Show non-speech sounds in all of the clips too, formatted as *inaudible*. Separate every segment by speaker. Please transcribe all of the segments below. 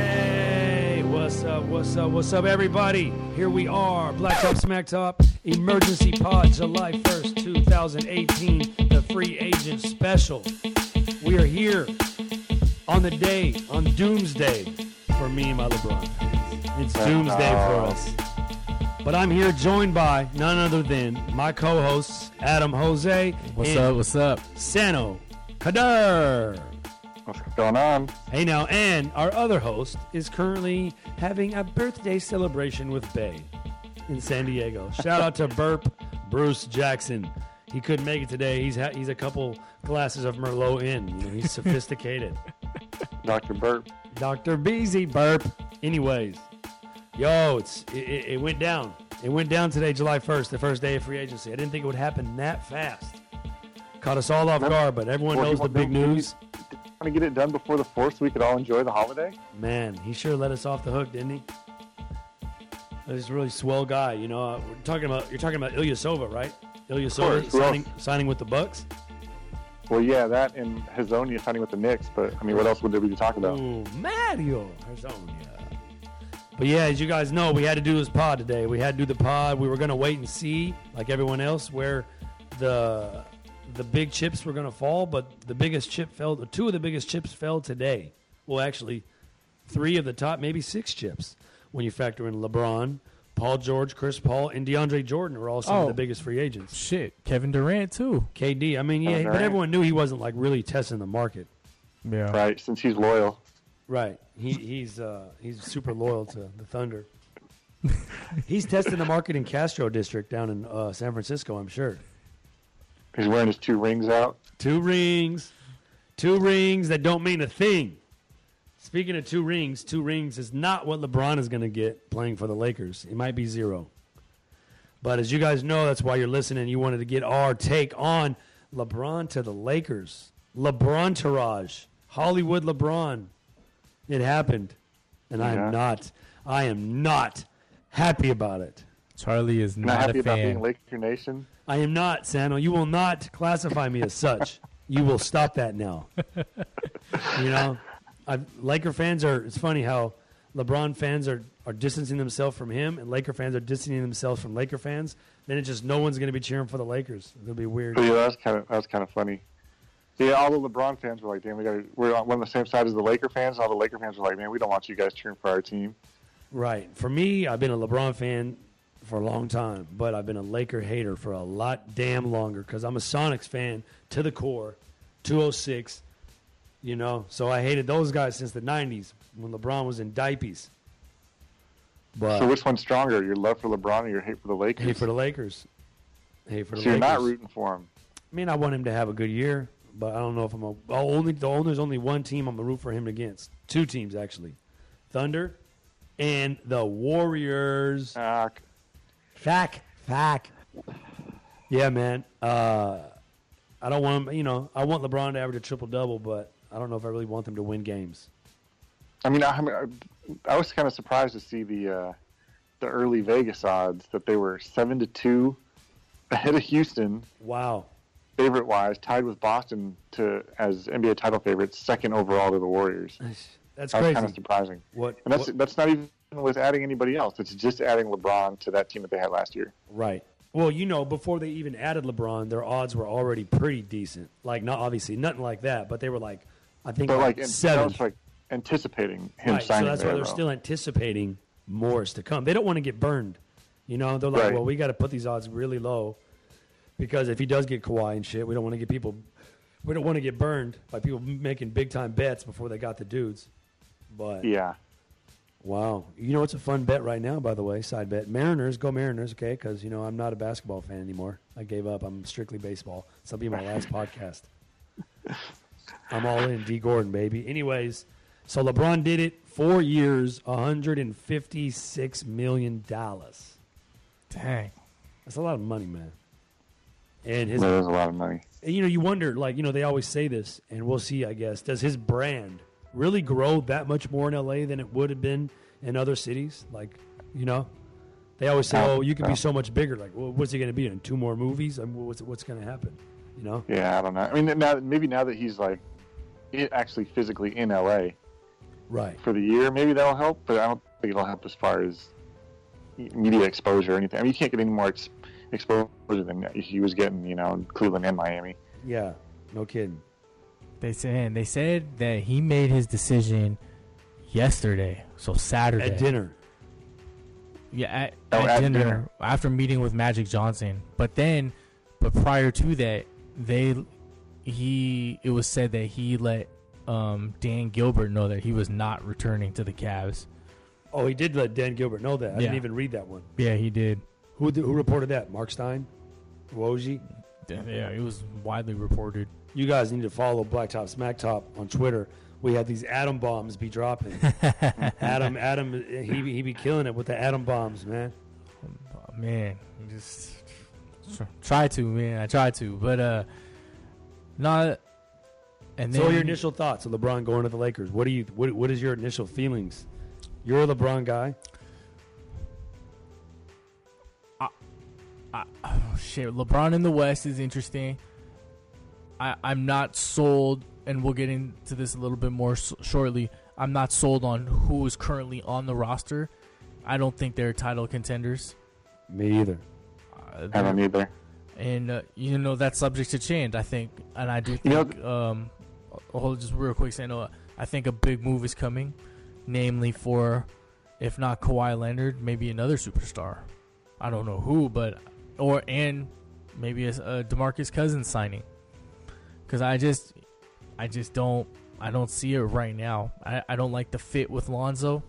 Speaker 1: Hey, what's up? What's up? What's up, everybody? Here we are, Black Top Smack Top Emergency Pod, July 1st, 2018, the free agent special. We are here on the day, on doomsday for me and my LeBron. It's doomsday for us. But I'm here joined by none other than my co hosts, Adam Jose
Speaker 2: What's
Speaker 1: and
Speaker 2: up? What's up?
Speaker 1: Sano Kader.
Speaker 3: What's going on?
Speaker 1: Hey now, and our other host is currently having a birthday celebration with Bay in San Diego. Shout out to Burp Bruce Jackson. He couldn't make it today. He's ha- he's a couple glasses of Merlot in. You know, he's
Speaker 3: *laughs*
Speaker 1: sophisticated.
Speaker 3: Dr. Burp.
Speaker 1: Dr. Beezy Burp. Anyways, yo, it's it, it, it went down. It went down today, July 1st, the first day of free agency. I didn't think it would happen that fast. Caught us all off guard, but everyone
Speaker 3: Well,
Speaker 1: knows the
Speaker 3: well,
Speaker 1: big
Speaker 3: don't you-
Speaker 1: news.
Speaker 3: Want to get it done before the 4th so we could all enjoy the holiday?
Speaker 1: Man, he sure let us off the hook, didn't he? He's a really swell guy, you know. Uh, we're talking about you're talking about Ilyasova, right?
Speaker 3: course,
Speaker 1: Ilyasova
Speaker 3: who
Speaker 1: signing signing with the Bucks.
Speaker 3: Well, yeah, that and Hazonia signing with the Knicks, but I mean, what else would there be to talk about?
Speaker 1: Ooh, Mario Hazonia. But yeah, as you guys know, we had to do this pod today. We had to do the pod. We were gonna wait and see, like everyone else, where the the big chips were gonna fall. But the biggest chip fell. The two of the biggest chips fell today. Well, actually, three of the top, maybe six chips when you factor in LeBron, Paul George, Chris Paul, and DeAndre Jordan are all some of
Speaker 2: Oh.
Speaker 1: the biggest free agents.
Speaker 2: Shit, Kevin Durant too.
Speaker 1: KD. I mean, yeah,
Speaker 3: Kevin
Speaker 1: but
Speaker 3: Durant.
Speaker 1: everyone knew he wasn't like really testing the market.
Speaker 2: Yeah.
Speaker 3: Right, since he's loyal.
Speaker 1: Right. He he's uh, he's super loyal to the Thunder. *laughs* he's testing the market in Castro District down in uh, San Francisco, I'm sure.
Speaker 3: He's wearing his two rings out.
Speaker 1: Two rings, two rings that don't mean a thing. Speaking of two rings, two rings is not what LeBron is going to get playing for the Lakers. It might be zero. But as you guys know, that's why you're listening. You wanted to get our take on LeBron to the Lakers. LeBron Tourage. Hollywood LeBron. It happened. And I
Speaker 3: Yeah.
Speaker 1: am not, I am not happy about it.
Speaker 2: Charlie is
Speaker 3: Not,
Speaker 2: not,
Speaker 3: happy
Speaker 2: a
Speaker 3: about being
Speaker 2: fan.
Speaker 3: Laker Nation.
Speaker 1: I am not, Sano. You will not classify me as such. You will stop that now. you know, I've, Laker fans are. It's funny how LeBron fans are are distancing themselves from him, and Laker fans are distancing themselves from Laker fans. Then it's just no one's going to be cheering for the Lakers. It'll be weird.
Speaker 3: So, yeah, that's kind of that's kind of funny. Yeah, all the LeBron fans were like, "Damn, we got we're on the same side as the Laker fans." All the Laker fans were like, "Man, we don't want you guys cheering for our team."
Speaker 1: Right. For me, I've been a LeBron fan for a long time, but I've been a Laker hater for a lot damn longer because I'm a Sonics fan to the core, 206, you know. So I hated those guys since the 90s when LeBron was in diapies.
Speaker 3: So,
Speaker 1: But
Speaker 3: which one's stronger, your love for LeBron or your hate for the Lakers?
Speaker 1: Uh. hate for the Lakers. Hate for the
Speaker 3: so you're
Speaker 1: Lakers.
Speaker 3: not rooting for him.
Speaker 1: I mean, I want him to have a good year, but I don't know if I'm a oh, only. The only there's only one team I'm gonna root for him against. Two teams actually, Thunder and the Warriors.
Speaker 3: Ah, c-
Speaker 1: Fact. Fact. Yeah, man. Uh, I don't want him, you know, I want LeBron to average a triple double, but I don't know if I really want them to win games.
Speaker 3: I mean, I, I mean, I was kind of surprised to see the uh, the early Vegas odds that they were seven to two ahead of Houston,
Speaker 1: Wow.
Speaker 3: favorite wise, tied with Boston to as NBA title favorites, second overall to the Warriors.
Speaker 1: That's
Speaker 3: That was
Speaker 1: crazy.
Speaker 3: kind of surprising,
Speaker 1: what,
Speaker 3: and that's
Speaker 1: what-
Speaker 3: that's not even with adding anybody else. It's just adding LeBron to that team that they had last year.
Speaker 1: Right. Well, you know, before they even added LeBron, their odds were already pretty decent. Like, not obviously nothing like that, but they were like, I think
Speaker 3: But
Speaker 1: like,
Speaker 3: like, and that
Speaker 1: seven.
Speaker 3: was like anticipating him
Speaker 1: Right. So
Speaker 3: signing
Speaker 1: that's
Speaker 3: there.
Speaker 1: why they're
Speaker 3: though.
Speaker 1: still anticipating more is to come. They don't want to get burned. You know, they're like,
Speaker 3: Right.
Speaker 1: well, we got to put these odds really low because if he does get Kawhi and shit, we don't want to get people, we don't want to get burned by people making big time bets before they got the dudes. But
Speaker 3: yeah.
Speaker 1: wow, you know, it's a fun bet right now. By the way, side bet: Mariners go Mariners, okay? Because you know I'm not a basketball fan anymore. I gave up. I'm strictly baseball. This will be my last podcast. I'm all in D Gordon, baby. Anyways, so LeBron did it. Four years, 156 million dollars.
Speaker 2: Dang.
Speaker 1: That's a lot of money, man. And his,
Speaker 3: That was a lot of money.
Speaker 1: you know, you wonder, like, you know, they always say this, and we'll see. I guess does his brand really grow that much more in L.A. than it would have been in other cities? Like, you know, they always say,
Speaker 3: No,
Speaker 1: "Oh, you can
Speaker 3: no.
Speaker 1: be so much bigger." Like, well, what's he going to be in two more movies? I mean, what's what's going to happen? You know,
Speaker 3: Yeah, I don't know. I mean, now maybe now that he's like i- actually physically in LA,
Speaker 1: Right.
Speaker 3: for the year. Maybe that'll help, but I don't think it'll help as far as media exposure or anything. I mean, you can't get any more ex- exposure than he was getting, you know, in Cleveland and Miami.
Speaker 1: Yeah. No kidding.
Speaker 2: They said they said that he made his decision yesterday, so Saturday.
Speaker 1: At dinner.
Speaker 2: Yeah, at,
Speaker 3: Oh,
Speaker 2: at,
Speaker 3: at
Speaker 2: dinner,
Speaker 3: dinner.
Speaker 2: after meeting with Magic Johnson. But then, but prior to that, they he it was said that he let um, Dan Gilbert know that he was not returning to the Cavs.
Speaker 1: Oh, he did let Dan Gilbert know that. I didn't
Speaker 2: Yeah.
Speaker 1: even read that one.
Speaker 2: Yeah, he did.
Speaker 1: Who who reported that? Mark Stein, Woj.
Speaker 2: Yeah, it was widely reported.
Speaker 1: You guys need to follow Blacktop Smacktop on Twitter. We have these atom bombs be
Speaker 2: *laughs*
Speaker 1: dropping. Adam, Adam, he be- he be killing it with the atom bombs, man.
Speaker 2: Oh, man, I'm just tr- try to man, I try to, but uh, not. And
Speaker 1: So,
Speaker 2: then
Speaker 1: what are your initial thoughts of LeBron going to the Lakers? What do you what what is your initial feelings? You're a LeBron guy.
Speaker 2: Oh, shit, LeBron in the West is interesting. I I'm not sold, and we'll get into this a little bit more s shortly. I'm not sold on who is currently on the roster. I don't think they're title contenders.
Speaker 1: Me either.
Speaker 2: Uh,
Speaker 3: I don't either.
Speaker 2: and uh, you know that's subject to change. I think, and I do
Speaker 3: You know-
Speaker 2: think. um, hold just real quick, saying, uh, I think a big move is coming, namely for, if not Kawhi Leonard, maybe another superstar. I don't know who, but or and maybe a, a Demarcus Cousins signing, because I just, I just don't, I don't see it right now. I, I don't like the fit with Lonzo.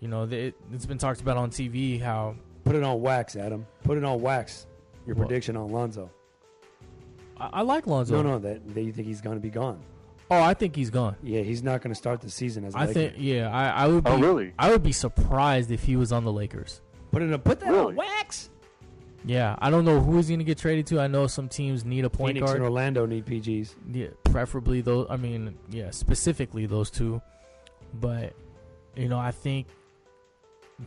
Speaker 2: You know, it, it's been talked about on TV how
Speaker 1: Put it on wax, Adam. Put it on wax. Your
Speaker 2: What?
Speaker 1: prediction on Lonzo.
Speaker 2: I, I like Lonzo.
Speaker 1: No, no, that that you think he's going to be gone.
Speaker 2: Oh, I think he's gone.
Speaker 1: Yeah, he's not going to start the season as a
Speaker 2: I
Speaker 1: Laker.
Speaker 2: think yeah, I, I would be
Speaker 3: Oh, really?
Speaker 2: I would be surprised if he was on the Lakers.
Speaker 1: Put it on, put that
Speaker 3: Really?
Speaker 1: on wax.
Speaker 2: Yeah, I don't know who he's going to get traded to. I know some teams need a point
Speaker 1: Phoenix and
Speaker 2: guard.
Speaker 1: Orlando need PGs.
Speaker 2: Yeah, preferably those I mean, yeah, specifically those two. But you know, I think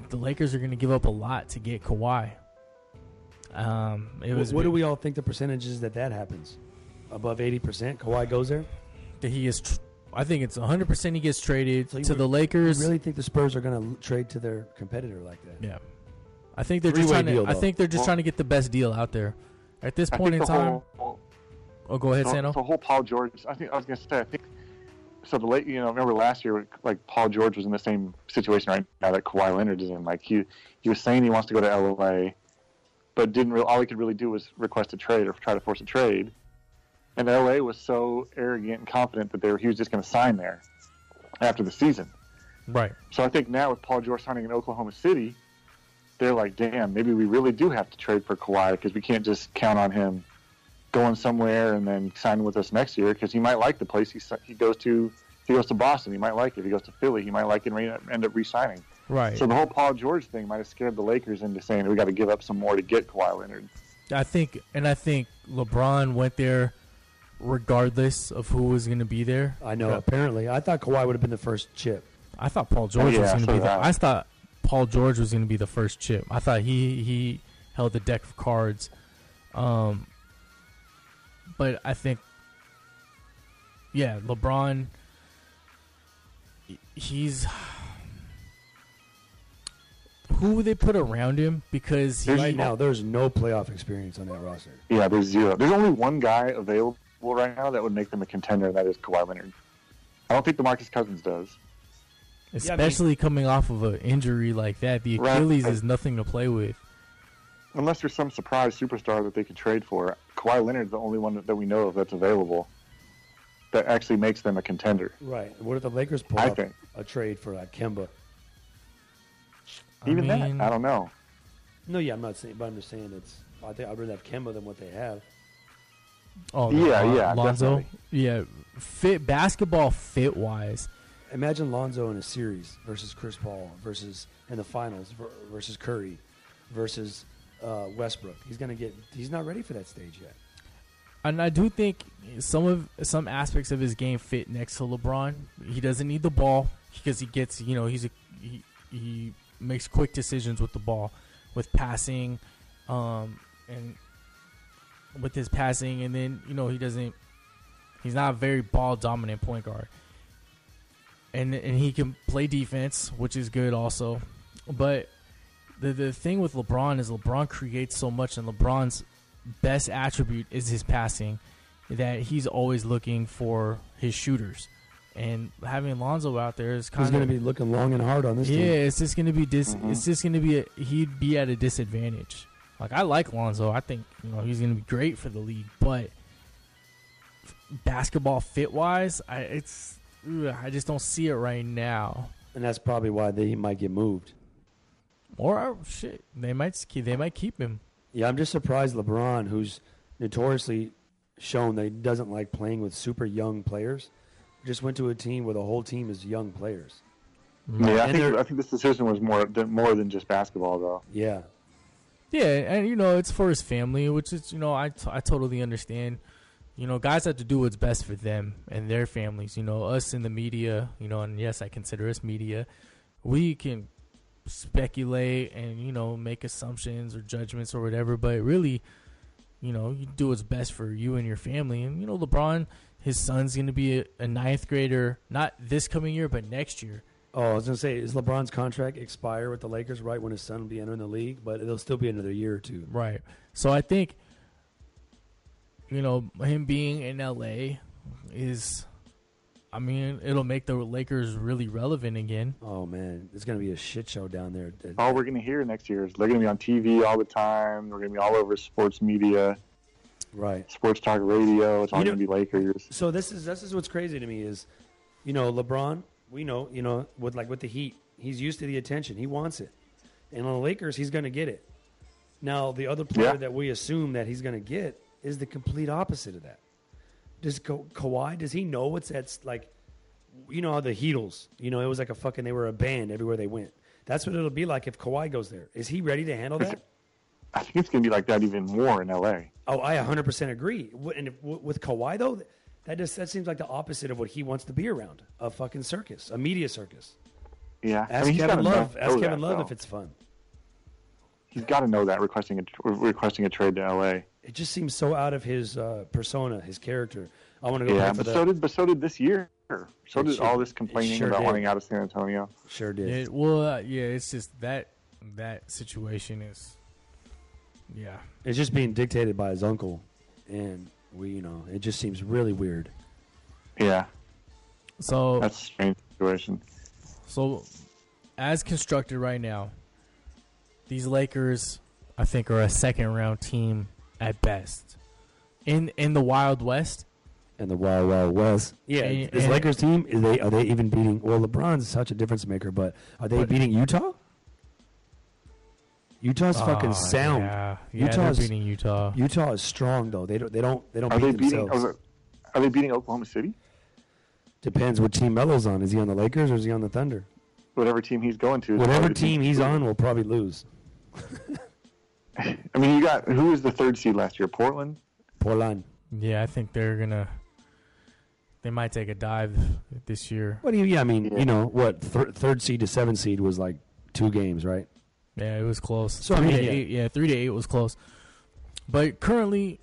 Speaker 2: the Lakers are going to give up a lot to get Kawhi. Um it
Speaker 1: Wh-
Speaker 2: was
Speaker 1: what do we all think the percentage is that that happens? Above 80%, Kawhi goes there?
Speaker 2: that he is tr- I think it's 100% he gets traded
Speaker 1: So you
Speaker 2: to
Speaker 1: re-
Speaker 2: the Lakers.
Speaker 1: really think the Spurs are going to trade to their competitor like that?
Speaker 2: Yeah. I think they're just
Speaker 1: Three-way
Speaker 2: trying to,
Speaker 1: deal,
Speaker 2: I
Speaker 1: though.
Speaker 2: think they're just
Speaker 3: Well-
Speaker 2: trying to get the best deal out there. At this
Speaker 3: I
Speaker 2: point
Speaker 3: think
Speaker 2: in
Speaker 3: the
Speaker 2: time,
Speaker 3: whole
Speaker 2: Oh, go ahead,
Speaker 3: the,
Speaker 2: Sano.
Speaker 3: the whole Paul George. I think I was gonna say. I think so. The late, you know, remember last year, like Paul George was in the same situation right now that Kawhi Leonard is in. Like he, he was saying he wants to go to LA, but didn't. Really, all he could really do was request a trade or try to force a trade. And LA was so arrogant and confident that they were, he was just going to sign there after the season.
Speaker 2: Right.
Speaker 3: So I think now with Paul George signing in Oklahoma City, they're like, damn, maybe we really do have to trade for Kawhi because we can't just count on him going somewhere and then signing with us next year because he might like the place he si- he goes to. If he goes to Boston, he might like it. If he goes to Philly, he might like it and re- end up re-signing.
Speaker 2: Right.
Speaker 3: So the whole Paul George thing might have scared the Lakers into saying we got to give up some more to get Kawhi Leonard.
Speaker 2: I think, and I think LeBron went there regardless of who was going to be there.
Speaker 1: I know, apparently. I thought Kawhi would have been the first chip.
Speaker 2: I thought Paul George
Speaker 3: Yeah,
Speaker 2: was going to
Speaker 3: so
Speaker 2: be
Speaker 3: did
Speaker 2: the.
Speaker 3: I.
Speaker 2: I thought Paul George was going to be the first chip. I thought he he held the deck of cards, um. But I think, yeah, LeBron. he- He's *sighs* who they put around him because he
Speaker 1: Right now, there's no playoff experience on that roster.
Speaker 3: Yeah, there's zero. There's only one guy available right now that would make them a contender, and that is Kawhi Leonard. I don't think the Marcus Cousins does.
Speaker 1: Yeah, I mean-
Speaker 2: especially coming off of an injury like that. The
Speaker 3: Right.
Speaker 2: Achilles is nothing to play with.
Speaker 3: unless there's some surprise superstar that they could trade for, Kawhi Leonard's the only one that we know of that's available that actually makes them a contender.
Speaker 1: Right. What if the Lakers pull
Speaker 3: I
Speaker 1: off
Speaker 3: think.
Speaker 1: a trade for like Kemba?
Speaker 2: I
Speaker 3: Even
Speaker 2: mean,
Speaker 3: that, I don't know.
Speaker 1: No, yeah, I'm not saying, but I'm just saying it's. I think I'd rather have Kemba than what they have.
Speaker 2: Oh,
Speaker 3: Yeah,
Speaker 2: Lon-
Speaker 3: yeah,
Speaker 2: Lonzo.
Speaker 3: definitely.
Speaker 2: Yeah, fit basketball fit wise.
Speaker 1: Imagine Lonzo in a series versus Chris Paul versus in the finals ver- versus Curry versus uh, Westbrook. He's gonna get. He's not ready for that stage yet.
Speaker 2: And I do think some of some aspects of his game fit next to LeBron. He doesn't need the ball because he gets, you know, he's a he, he makes quick decisions with the ball, with passing, um, and with his passing, and then you know he doesn't. He's not a very ball dominant point guard. and and he can play defense, which is good also. But the the thing with LeBron is LeBron creates so much, and LeBron's best attribute is his passing, that he's always looking for his shooters, and having Lonzo out there is kind
Speaker 1: He's
Speaker 2: of
Speaker 1: going to be looking long and hard on this
Speaker 2: yeah,
Speaker 1: team.
Speaker 2: it's just gonna be dis. It's just gonna be a, he'd be at a disadvantage. Like I like Lonzo, I think you know he's gonna be great for the league, but f- basketball fit wise, I it's ugh, I just don't see it right now.
Speaker 1: And that's probably why they might get moved.
Speaker 2: Or oh, shit, they might s- they might keep him.
Speaker 1: Yeah, I'm just surprised LeBron, who's notoriously shown that he doesn't like playing with super young players, just went to a team where the whole team is young players.
Speaker 3: Yeah, I
Speaker 1: And
Speaker 3: think
Speaker 1: they're-
Speaker 3: I think this decision was more than more than just basketball though.
Speaker 1: Yeah.
Speaker 2: Yeah, and you know it's for his family, which is you know I, t- I totally understand. You know, guys have to do what's best for them and their families. You know, us in the media, you know, and yes, I consider us media. We can speculate and you know make assumptions or judgments or whatever, but really, you know, you do what's best for you and your family. And you know, LeBron, his son's going to be a, a ninth grader, not this coming year, but next year.
Speaker 1: Oh, I was going to say, is LeBron's contract expire with the Lakers right when his son will be entering the league? But it'll still be another year or two.
Speaker 2: Right. So I think, you know, him being in LA is, I mean, it'll make the Lakers really relevant again.
Speaker 1: Oh, man. It's going to be a shit show down there.
Speaker 3: All we're gonna hear next year is they're gonna be on TV all the time. They're gonna be all over sports media,
Speaker 1: Right.
Speaker 3: sports talk radio. It's all
Speaker 1: You know-
Speaker 3: gonna be Lakers.
Speaker 1: So this is this is what's crazy to me is, you know, LeBron. We know, you know, with like with the Heat, he's used to the attention. He wants it, and on the Lakers, he's going to get it. Now, the other player
Speaker 3: Yeah.
Speaker 1: that we assume that he's going to get is the complete opposite of that. Does Ka- Kawhi? Does he know what's that's like? You know how the Heatles. You know it was like a fucking. They were a band everywhere they went. That's what it'll be like if Kawhi goes there. Is he ready to handle that?
Speaker 3: I think it's gonna be like that even more in LA.
Speaker 1: Oh, I 100% agree. W- And if, w- with Kawhi though, that just that seems like the opposite of what he wants to be around. A fucking circus, a media circus.
Speaker 3: Yeah,
Speaker 1: Ask
Speaker 3: he's
Speaker 1: Kevin
Speaker 3: gotta
Speaker 1: Love.
Speaker 3: know-
Speaker 1: Ask
Speaker 3: know
Speaker 1: Kevin
Speaker 3: that,
Speaker 1: Love
Speaker 3: though.
Speaker 1: if it's fun.
Speaker 3: he's got to know that requesting a requesting a trade to LA.
Speaker 1: It just seems so out of his uh, persona, his character. I want to go
Speaker 3: Yeah,
Speaker 1: back for
Speaker 3: but
Speaker 1: the
Speaker 3: so did but so did this year. So
Speaker 1: It
Speaker 3: did
Speaker 1: sure-
Speaker 3: all this
Speaker 1: it
Speaker 3: complaining
Speaker 1: sure
Speaker 3: about
Speaker 1: did.
Speaker 3: wanting out of San Antonio.
Speaker 1: sure did.
Speaker 2: It, well, uh, yeah, it's just that that situation is, yeah,
Speaker 1: It's just being dictated by his uncle, and we, you know, it just seems really weird.
Speaker 3: Yeah,
Speaker 2: so
Speaker 3: that's a strange situation.
Speaker 2: so as constructed right now, these Lakers, I think, are a second round team at best. In in the Wild West,
Speaker 1: And the Wild Wild West. Yeah,
Speaker 2: And-
Speaker 1: this
Speaker 2: and-
Speaker 1: Lakers team is they are they even beating? Well, LeBron's such a difference maker, but are they beating Utah? Utah's
Speaker 2: Oh,
Speaker 1: fucking sound.
Speaker 2: Yeah, yeah
Speaker 1: Utah's-
Speaker 2: they're beating Utah.
Speaker 1: Utah is strong though. They don't. They don't. They don't
Speaker 3: Are
Speaker 1: beat
Speaker 3: they beating?
Speaker 1: themselves.
Speaker 3: Are, are they beating Oklahoma City?
Speaker 1: Depends what team Melo's on. Is he on the Lakers or is he on the Thunder?
Speaker 3: Whatever team he's going to. is
Speaker 1: Whatever
Speaker 3: probably the
Speaker 1: team he's on will probably lose.
Speaker 3: I mean, you got who was the third seed last year? Portland.
Speaker 1: Portland.
Speaker 2: Yeah, I think they're gonna. They might take a dive this year.
Speaker 1: What do you? Yeah, I mean,
Speaker 3: Yeah.
Speaker 1: you know what? Thir- third seed to seventh seed was like two games, right?
Speaker 2: Yeah, it was close.
Speaker 1: So, I
Speaker 2: three
Speaker 1: mean,
Speaker 2: to
Speaker 1: yeah.
Speaker 2: eight, yeah, three to eight was close. But currently,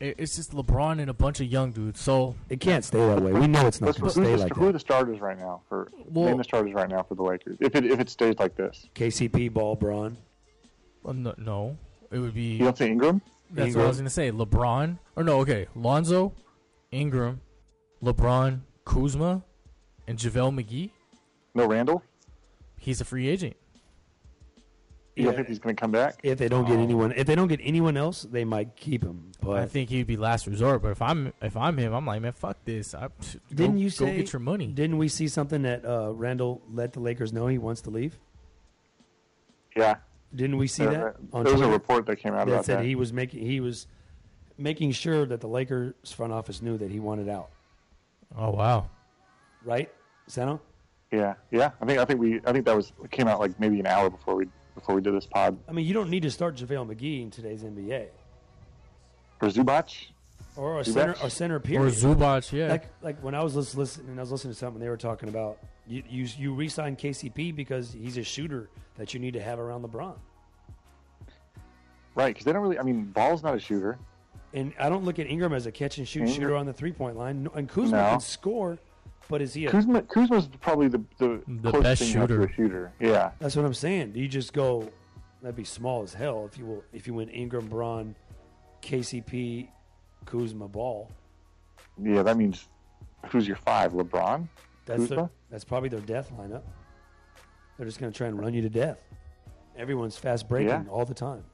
Speaker 2: it, it's just LeBron and a bunch of young dudes. So
Speaker 1: It can't stay that way. We know it's not
Speaker 3: Let's,
Speaker 1: going to
Speaker 3: who's
Speaker 1: stay
Speaker 3: the,
Speaker 1: like
Speaker 3: who are
Speaker 1: that.
Speaker 3: the starters right now for?
Speaker 2: Well-
Speaker 3: name the starters right now for the Lakers. If it if it stays like this,
Speaker 1: KCP, Ball, Braun.
Speaker 2: uh, no, no, it would be.
Speaker 3: you don't see Ingram.
Speaker 2: That's what I
Speaker 1: Ingram.
Speaker 2: was gonna say. LeBron or no? Okay, Lonzo, Ingram, LeBron, Kuzma, and JaVale McGee.
Speaker 3: No Randall.
Speaker 2: He's a free agent.
Speaker 3: You
Speaker 1: Yeah.
Speaker 3: don't think he's going to come back?
Speaker 1: If they don't get anyone, if they don't get anyone else, they might keep him. But
Speaker 2: I think he'd be last resort. But if I'm if I'm him, I'm like, man, fuck this. I,
Speaker 1: didn't
Speaker 2: go,
Speaker 1: you say
Speaker 2: go get your money?
Speaker 1: Didn't we see something that uh, Randall let the Lakers know he wants to leave?
Speaker 3: Yeah.
Speaker 1: Didn't we see
Speaker 3: There-
Speaker 1: that? on
Speaker 3: there was a
Speaker 1: Twitter?
Speaker 3: report that came out
Speaker 1: that
Speaker 3: about
Speaker 1: said
Speaker 3: that.
Speaker 1: he was making he was making sure that the Lakers front office knew that he wanted out.
Speaker 2: Oh wow.
Speaker 1: Right, Sano?
Speaker 3: Yeah, yeah. I think I think we I think that was came out like maybe an hour before we before we did this pod
Speaker 1: I mean, you don't need to start JaVale McGee in today's NBA
Speaker 3: for Zubac.
Speaker 1: or a
Speaker 3: You
Speaker 1: center
Speaker 3: bet.
Speaker 1: or center period.
Speaker 2: Or Zubac, yeah.
Speaker 1: like like when I was lis- listening, I was listening to something they were talking about. You you you resign KCP because he's a shooter that you need to have around LeBron.
Speaker 3: Right, because they don't really. I mean, Ball's not a shooter.
Speaker 1: And I don't look at Ingram as a catch and shoot
Speaker 3: Ingram-
Speaker 1: shooter on the three point line. No- And Kuzma
Speaker 3: No.
Speaker 1: can score, But is he a
Speaker 3: Kuzma Kuzma's probably the the,
Speaker 2: The
Speaker 3: closest
Speaker 2: best
Speaker 3: thing you have to
Speaker 2: shooter.
Speaker 3: a shooter. Yeah,
Speaker 1: That's what I'm saying. You just go. That'd be small as hell if you will. If you win Ingram, Braun, KCP, Kuzma, Ball.
Speaker 3: yeah. That means who's your five? LeBron.
Speaker 1: That's their,
Speaker 3: Kuzma?
Speaker 1: that's probably their death lineup. They're just gonna try and run you to death. Everyone's fast breaking
Speaker 3: Yeah.
Speaker 1: all the time.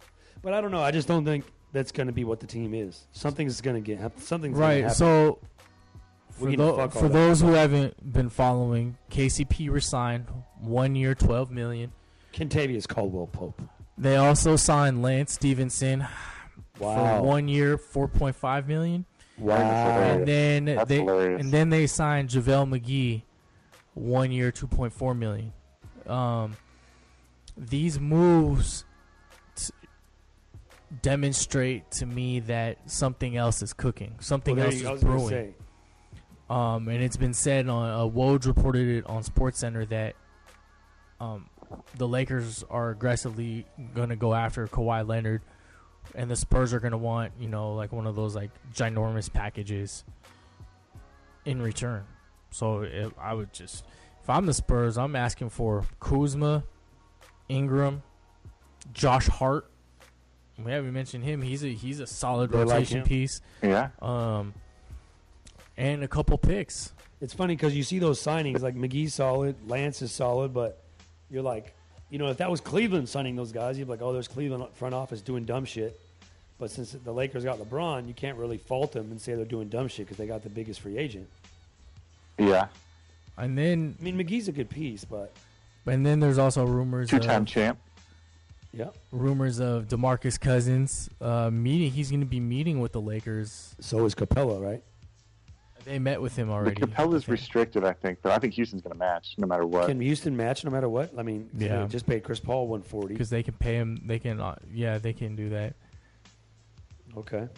Speaker 1: But I don't know. I just don't think that's gonna be what the team is. Something's gonna get hap- something's Gonna
Speaker 2: Right.
Speaker 1: happen.
Speaker 2: So
Speaker 1: We
Speaker 2: for,
Speaker 1: can
Speaker 2: tho-
Speaker 1: fuck all
Speaker 2: for
Speaker 1: that.
Speaker 2: those who haven't been following, KCP resigned one year, twelve million.
Speaker 1: Kentavious Caldwell Pope.
Speaker 2: They also signed Lance Stevenson
Speaker 1: Wow.
Speaker 2: for one year, four point five million.
Speaker 1: wow.
Speaker 2: And then
Speaker 3: That's
Speaker 2: they
Speaker 3: hilarious.
Speaker 2: and then they signed JaVale McGee, one year, two point four million. Um, these moves t- demonstrate to me that something else is cooking. Something
Speaker 1: Well, there
Speaker 2: else
Speaker 1: you go. I was
Speaker 2: is
Speaker 1: gonna
Speaker 2: brewing.
Speaker 1: say,
Speaker 2: Um, and it's been said on uh, Woj reported it on SportsCenter that um, the Lakers are aggressively going to go after Kawhi Leonard, and the Spurs are going to want you know like one of those like ginormous packages in return. So if I would just if I'm the Spurs, I'm asking for Kuzma, Ingram, Josh Hart. We haven't mentioned him. He's a he's a solid
Speaker 1: They like
Speaker 2: rotation
Speaker 1: him.
Speaker 2: piece
Speaker 3: Yeah,
Speaker 2: um, and a couple picks.
Speaker 1: It's funny because you see those signings like McGee's solid, Lance is solid, but you're like, you know, if that was Cleveland signing those guys, you'd be like, oh, there's Cleveland front office doing dumb shit. But since the Lakers got LeBron, you can't really fault them and say they're doing dumb shit because they got the biggest free agent.
Speaker 3: yeah.
Speaker 2: And then,
Speaker 1: I mean, McGee's a good piece, but
Speaker 2: and then there's also rumors
Speaker 3: Two time
Speaker 2: of,
Speaker 3: champ.
Speaker 1: yeah.
Speaker 2: rumors of Demarcus Cousins uh, meeting. He's going to be meeting with the Lakers.
Speaker 1: So is Capella, right?
Speaker 2: They met with him
Speaker 3: The
Speaker 2: already.
Speaker 3: Capella's
Speaker 2: I think.
Speaker 3: restricted, I think, but I think Houston's going to match no matter what.
Speaker 1: Can Houston match no matter what? I mean, 'cause
Speaker 2: Yeah.
Speaker 1: they just paid Chris Paul 140.
Speaker 2: because they can pay him. They can, uh, yeah, they can do that.
Speaker 1: Okay.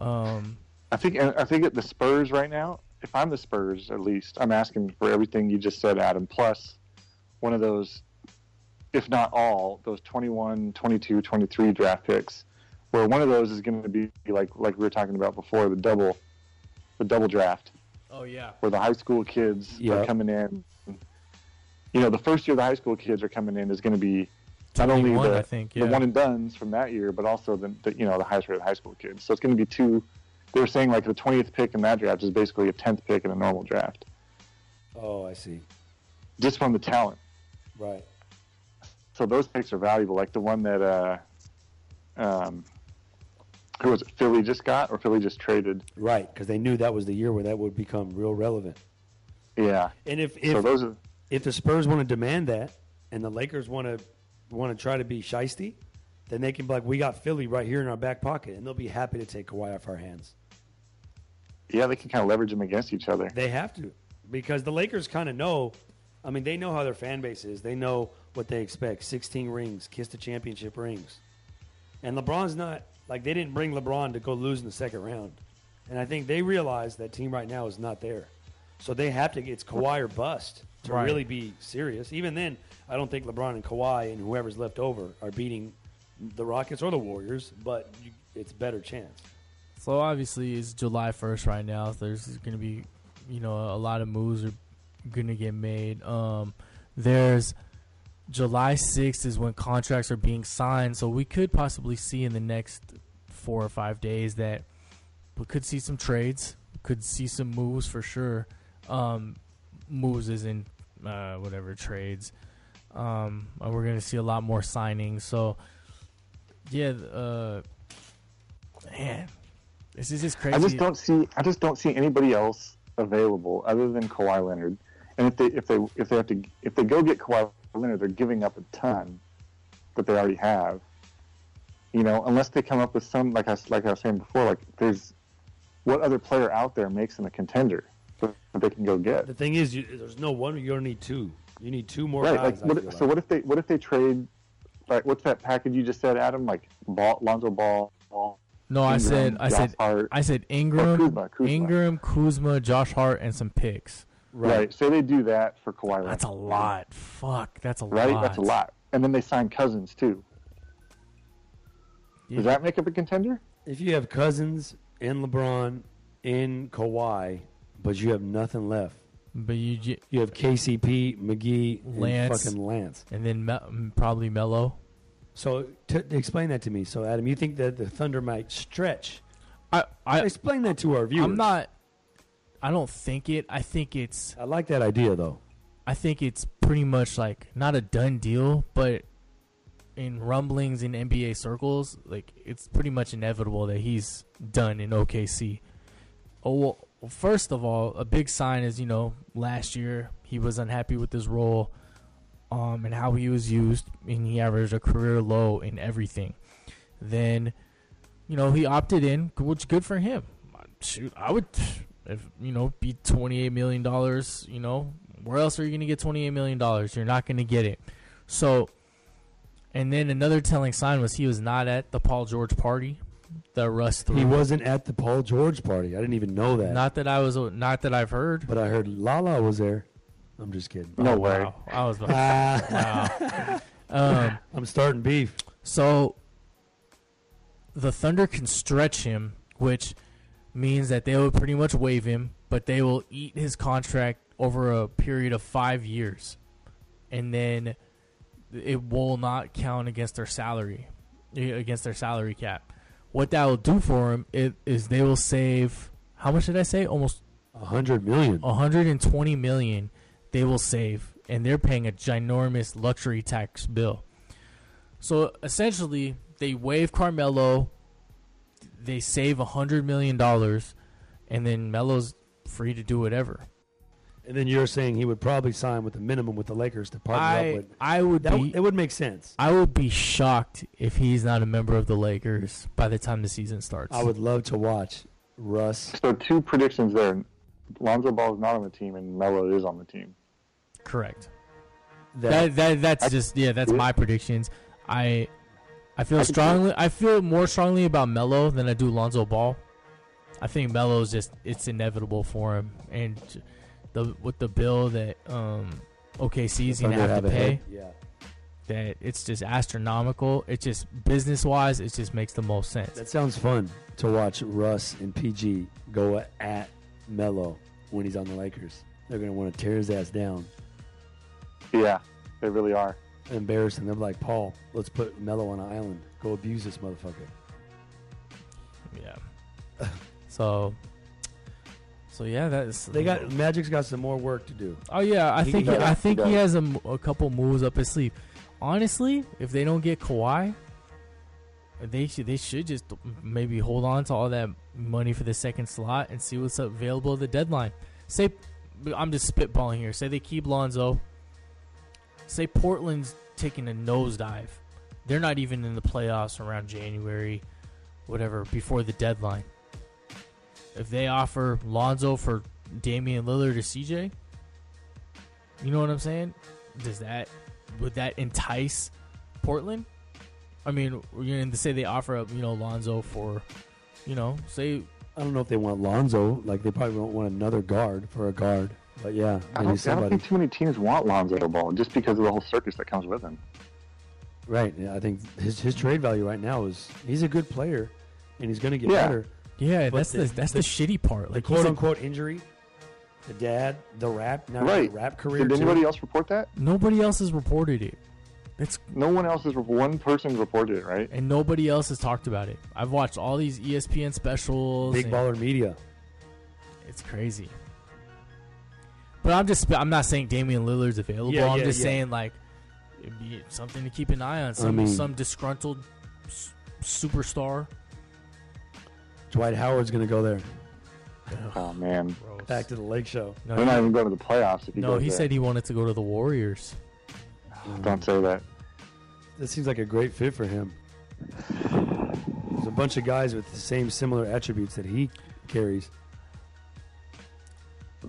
Speaker 2: Um,
Speaker 3: I think I think at the Spurs right now, if I'm the Spurs at least, I'm asking for everything you just said, Adam, plus one of those if not all, those 21, 22, 23 draft picks where one of those is going to be like like we were talking about before, the double the double draft
Speaker 2: oh yeah,
Speaker 3: where the high school kids
Speaker 1: Yeah.
Speaker 3: are coming in. You know, the first year the high school kids are coming in is going to be not only
Speaker 2: 21,
Speaker 3: the,
Speaker 2: I think,
Speaker 3: the
Speaker 2: yeah.
Speaker 3: one and done's from that year, but also the, the you know the highest rate of high school kids. So it's going to be two. They were saying like the twentieth pick in that draft is basically a tenth pick in a normal draft,
Speaker 1: Oh, I see.
Speaker 3: just from the talent.
Speaker 1: Right.
Speaker 3: So those picks are valuable. Like the one that uh, um, who was it? Philly just got or Philly just traded?
Speaker 1: Right. Because they knew that was the year where that would become real relevant.
Speaker 3: Yeah.
Speaker 1: And if, if
Speaker 3: so those are
Speaker 1: if the Spurs want to demand that and the Lakers want to want to try to be shisty, then they can be like, we got Philly right here in our back pocket, and they'll be happy to take Kawhi off our hands.
Speaker 3: yeah they can kind of leverage them against each other.
Speaker 1: They have to because the Lakers kind of know. I mean, they know how their fan base is. They know what they expect. Sixteen rings, kiss the championship rings, and LeBron's not like they didn't bring LeBron to go lose in the second round. And I think they realize that team right now is not there, so they have to. It's Kawhi or bust to
Speaker 2: Right.
Speaker 1: really be serious. Even then, I don't think LeBron and Kawhi and whoever's left over are beating the Rockets or the Warriors, but you, it's better chance.
Speaker 2: So obviously it's July first right now. So there's going to be, you know, a lot of moves are going to get made. Um, there's July sixth is when contracts are being signed. So we could possibly see in the next four or five days that we could see some trades, could see some moves for sure. Um, moves is in uh, whatever trades. Um, and we're going to see a lot more signings. So yeah, uh, man. This is just crazy.
Speaker 3: I just don't see. I just don't see anybody else available other than Kawhi Leonard. And if they if they if they have to if they go get Kawhi Leonard, they're giving up a ton that they already have. You know, unless they come up with some like I s- like I was saying before, like there's what other player out there makes them a contender that that they can go get.
Speaker 1: The thing is, you, there's no one. You don't need two. You need two more
Speaker 3: Right.
Speaker 1: guys.
Speaker 3: Like, what,
Speaker 1: I feel
Speaker 3: so what if they what if they trade? Like, what's that package you just said, Adam? Like Ball, Lonzo Ball. Ball
Speaker 2: No, I said,
Speaker 3: Ingram,
Speaker 2: I
Speaker 3: Josh
Speaker 2: said,
Speaker 3: Hart.
Speaker 2: I said Ingram,
Speaker 3: Kuzma, Kuzma.
Speaker 2: Ingram, Kuzma, Josh Hart, and some picks.
Speaker 3: right. Say they do that for Kawhi Leonard.
Speaker 2: That's a lot. Fuck, that's a
Speaker 3: right?
Speaker 2: lot.
Speaker 3: That's a lot. And then they sign Cousins too.
Speaker 2: Yeah.
Speaker 3: Does that make up a contender?
Speaker 1: If you have Cousins in LeBron in Kawhi, but you have nothing left
Speaker 2: But you j-
Speaker 1: You have KCP, McGee,
Speaker 2: Lance.
Speaker 1: and fucking Lance.
Speaker 2: and then me- probably Mello.
Speaker 1: So t- explain that to me. So Adam, you think that the Thunder might stretch?
Speaker 2: I I
Speaker 1: Explain that to our viewers.
Speaker 2: I'm not. I don't think it. I think it's.
Speaker 1: I like that idea though.
Speaker 2: I think it's pretty much like not a done deal, but in rumblings in NBA circles, like it's pretty much inevitable that he's done in OKC. Oh well, first of all, a big sign is you know last year he was unhappy with his role, um, and how he was used, and he averaged a career low in everything. Then, you know, he opted in, which good for him. Shoot, I would, if you know, be twenty eight million dollars. You know, where else are you gonna get twenty eight million dollars? You're not gonna get it. So, and then another telling sign was he was not at the Paul George party. The Russ threw.
Speaker 1: He wasn't at the Paul George party. I didn't even know that.
Speaker 2: Not that I was. Not that I've heard.
Speaker 1: but I heard Lala was there. I'm just kidding.
Speaker 3: No way.
Speaker 2: Oh, Wow, I was.
Speaker 1: Ah,
Speaker 2: Um,
Speaker 1: I'm starting beef.
Speaker 2: so the Thunder can stretch him, which means that they will pretty much waive him, but they will eat his contract over a period of five years, and then it will not count against their salary, eh, against their salary cap. What that will do for him it, is they will save how much did I say? Almost
Speaker 1: A hundred million.
Speaker 2: 120 million they will save and they're paying a ginormous luxury tax bill so essentially they waive carmelo they save 100 million dollars and then melo's free to do whatever
Speaker 1: And then you're saying he would probably sign with the minimum with the Lakers to partner up
Speaker 2: i
Speaker 1: with.
Speaker 2: i would
Speaker 1: That,
Speaker 2: be
Speaker 1: it would make sense.
Speaker 2: i would be shocked if he's not a member of the lakers by the time the season starts
Speaker 1: I would love to watch Russ.
Speaker 3: So two predictions there. Lonzo Ball is not on the team, and Melo is on the team.
Speaker 2: correct
Speaker 1: That,
Speaker 2: that, that that's just yeah that's my predictions i i feel strongly i feel more strongly about Melo than i do lonzo ball i think Melo's just it's inevitable for him and j- the with the bill that um okc is gonna
Speaker 1: Thunder
Speaker 2: have to
Speaker 1: a
Speaker 2: pay
Speaker 1: head- Yeah.
Speaker 2: that it's just astronomical it just business wise it just makes the most sense
Speaker 1: That sounds fun to watch Russ and PG go at Melo when he's on the Lakers. They're going to want to tear his ass down,
Speaker 3: Yeah, they really are.
Speaker 1: embarrass him. They're like, Paul, let's put Melo on an island. Go abuse this motherfucker.
Speaker 2: yeah so so yeah that's
Speaker 1: They got Magic's got some more work to do.
Speaker 2: Oh yeah, I
Speaker 1: He
Speaker 2: think
Speaker 1: can
Speaker 2: he,
Speaker 1: go.
Speaker 2: I think
Speaker 3: He
Speaker 2: he
Speaker 3: does.
Speaker 2: has a, m- a couple moves up his sleeve. Honestly, if they don't get Kawhi, they should they should just maybe hold on to all that money for the second slot and see what's available at the deadline. Say, I'm just spitballing here. Say they keep Lonzo. Say Portland's taking a nosedive. They're not even in the playoffs around January, whatever, before the deadline. If they offer Lonzo for Damian Lillard or CJ, you know what I'm saying? Does that would that entice Portland? I mean, we're going to say they offer up, you know, Lonzo for, you know, say
Speaker 1: I don't know if they want Lonzo. Like they probably don't want another guard for a guard. But yeah, maybe
Speaker 3: I don't, I don't
Speaker 2: *laughs*
Speaker 1: somebody.
Speaker 3: think too many teams want Lonzo Ball just because of the whole circus that comes with him.
Speaker 1: Right. Yeah, I think his his trade value right now is he's a good player, and he's going to get
Speaker 3: Yeah.
Speaker 1: better.
Speaker 2: yeah,
Speaker 1: But
Speaker 2: that's the,
Speaker 1: the-
Speaker 2: that's the,
Speaker 1: the-
Speaker 2: shitty part.
Speaker 1: The
Speaker 2: Like he's
Speaker 1: quote
Speaker 2: a-
Speaker 1: unquote injury, the dad, the rap, now
Speaker 3: Right.
Speaker 1: the rap career.
Speaker 3: Did
Speaker 1: too.
Speaker 3: anybody else report that?
Speaker 2: nobody else has reported it. That's
Speaker 3: No one else is. One person reported it, right?
Speaker 2: and nobody else has talked about it. I've watched all these E ESPN specials.
Speaker 1: Big
Speaker 2: and-
Speaker 1: baller media.
Speaker 2: It's crazy. But I'm just I'm not saying Damian Lillard's available.
Speaker 1: Yeah,
Speaker 2: I'm
Speaker 1: yeah,
Speaker 2: just
Speaker 1: yeah.
Speaker 2: saying like it'd be something to keep an eye on. Some
Speaker 1: mean-
Speaker 2: some disgruntled s- superstar.
Speaker 1: Dwight Howard's going to go there.
Speaker 3: Oh man,
Speaker 1: Back to the Lake Show.
Speaker 2: no,
Speaker 3: they're
Speaker 2: he,
Speaker 3: not even going to the playoffs. If he
Speaker 2: no,
Speaker 3: goes
Speaker 2: he
Speaker 3: there.
Speaker 2: said he wanted to go to the Warriors.
Speaker 3: Don't say that.
Speaker 1: This seems like a great fit for him. There's a bunch of guys with the same similar attributes that he carries.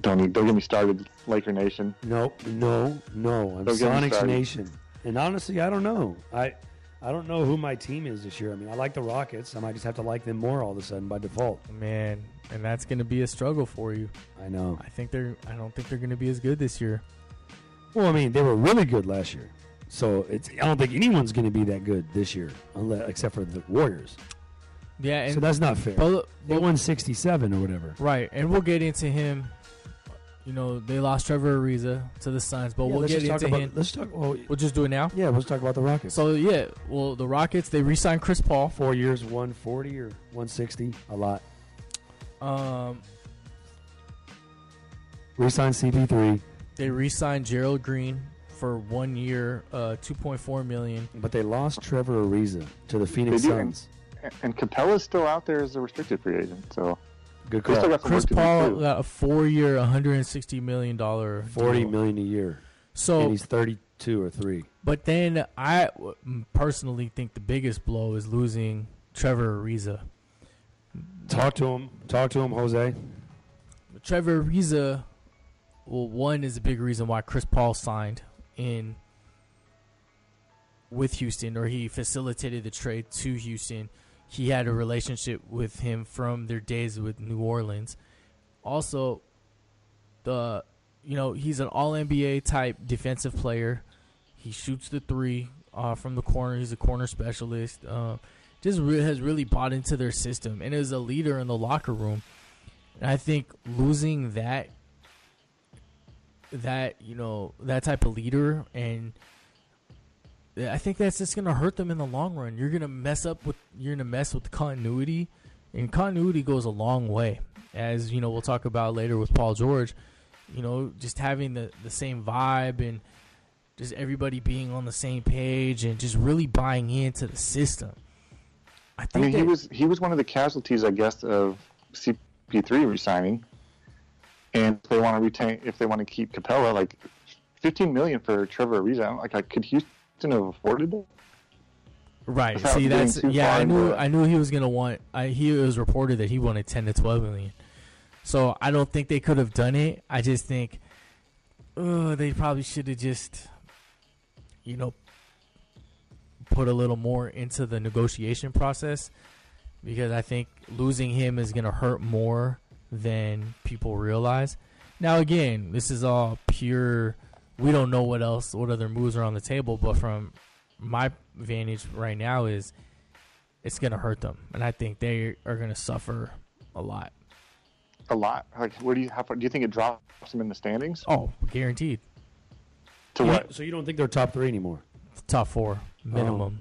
Speaker 3: Don't e-, don't get me started, Laker Nation.
Speaker 1: Nope, no, no. I'm
Speaker 3: Don't get me
Speaker 1: Sonics
Speaker 3: started.
Speaker 1: Nation, and honestly, I don't know. I, I don't know who my team is this year. I mean, I like the Rockets. I might just have to like them more all of a sudden by default.
Speaker 2: Man, and that's going to be a struggle for you.
Speaker 1: I know.
Speaker 2: I think they're I don't think they're going to be as good this year.
Speaker 1: Well, I mean, they were really good last year, so it's. I don't think anyone's going to be that good this year, unless, except for the Warriors.
Speaker 2: Yeah, and
Speaker 1: so that's not fair.
Speaker 2: but,
Speaker 1: They won 67 or whatever.
Speaker 2: Right, and we'll get into him You know, they lost Trevor Ariza to the Suns, but
Speaker 1: Yeah,
Speaker 2: we'll
Speaker 1: let's
Speaker 2: get
Speaker 1: just talk
Speaker 2: into
Speaker 1: about.
Speaker 2: him.
Speaker 1: Let's talk. Oh,
Speaker 2: We'll just do it now.
Speaker 1: yeah, let's talk about the Rockets.
Speaker 2: So yeah, well, the Rockets they re-signed Chris Paul.
Speaker 1: Four years, one forty or one sixty, a lot.
Speaker 2: Um,
Speaker 1: Resign CP3,
Speaker 2: they re-signed Gerald Green for one year, uh, two point four million.
Speaker 1: but they lost Trevor Ariza to the Phoenix
Speaker 3: They do, and-
Speaker 1: Suns.
Speaker 3: And, and Capella's still out there as a restricted free agent, so
Speaker 1: Good
Speaker 3: they still
Speaker 1: call.
Speaker 3: got some
Speaker 2: Chris
Speaker 3: work to do,
Speaker 2: Paul uh,
Speaker 3: too.
Speaker 2: got a four-year, one hundred and sixty million dollar,
Speaker 1: Forty million a year, and
Speaker 2: So,
Speaker 1: he's thirty-two or three.
Speaker 2: but then I w- personally think the biggest blow is losing Trevor Ariza.
Speaker 1: Talk to him. Talk to him, Jose.
Speaker 2: Trevor Ariza, well, one is a big reason why Chris Paul signed in with Houston, or he facilitated the trade to Houston. He had a relationship with him from their days with New Orleans. Also, the you know he's an All NBA type defensive player. He shoots the three uh, from the corner. He's a corner specialist. Uh, just re- has really bought into their system and is a leader in the locker room. And I think losing that that you know that type of leader and I think that's just gonna hurt them in the long run. You're gonna mess up with you're gonna mess with continuity, and continuity goes a long way. As you know, we'll talk about later with Paul George. You know, just having the the same vibe and just everybody being on the same page and just really buying into the system. I
Speaker 3: I
Speaker 2: think
Speaker 3: mean, he
Speaker 2: that-
Speaker 3: was he was one of the casualties, I guess, of CP3 resigning. And if they want to retain, if they want to keep Capella, like fifteen million for Trevor Ariza, I'm like I could Houston have afforded it?
Speaker 2: Right.
Speaker 3: without
Speaker 2: See,
Speaker 3: getting
Speaker 2: that's
Speaker 3: too
Speaker 2: yeah.
Speaker 3: far
Speaker 2: I knew
Speaker 3: into it.
Speaker 2: I knew he was gonna want. I he it was reported that he wanted ten to twelve million. So I don't think they could have done it. I just think, uh, they probably should have just, you know, put a little more into the negotiation process, because I think losing him is gonna hurt more than people realize. Now again, this is all pure. We don't know what else, what other moves are on the table, but from my vantage right now is it's gonna hurt them, and I think they are gonna suffer a lot.
Speaker 3: a lot. Like, where do you how far, do you think it drops him in the standings?
Speaker 2: Oh, guaranteed,
Speaker 3: To what?
Speaker 1: So you don't think they're top three anymore?
Speaker 2: top four minimum.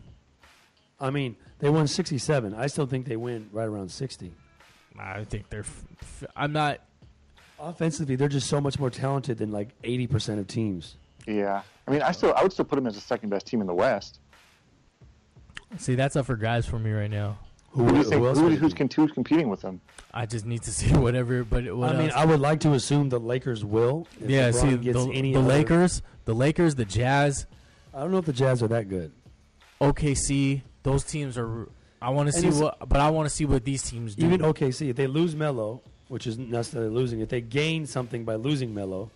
Speaker 1: I mean, they won sixty-seven. I still think they win right around sixty. Oh.
Speaker 2: I think they're. F- f- I'm not.
Speaker 1: Offensively, they're just so much more talented than like eighty percent of teams.
Speaker 3: Yeah, I mean, I still I would still put him as the second best team in the West.
Speaker 2: See, that's up for grabs for me right now.
Speaker 1: Who,
Speaker 3: Who do you think?
Speaker 1: else
Speaker 3: who-
Speaker 1: would it
Speaker 3: who's,
Speaker 1: be?
Speaker 3: con- who's competing with him?
Speaker 2: I just need to *laughs* see whatever. But what
Speaker 1: I mean,
Speaker 2: else?
Speaker 1: I would like to assume the Lakers will. if
Speaker 2: yeah,
Speaker 1: LeBron
Speaker 2: see
Speaker 1: gets
Speaker 2: the,
Speaker 1: any
Speaker 2: the
Speaker 1: other-
Speaker 2: Lakers, the Lakers, the Jazz,
Speaker 1: I don't know if the Jazz are that good.
Speaker 2: OKC. Those teams are. I want to see
Speaker 1: it's-
Speaker 2: what, but I want to see what these teams do.
Speaker 1: Even OKC, if they lose Melo, which isn't necessarily losing, if they gain something by losing Melo,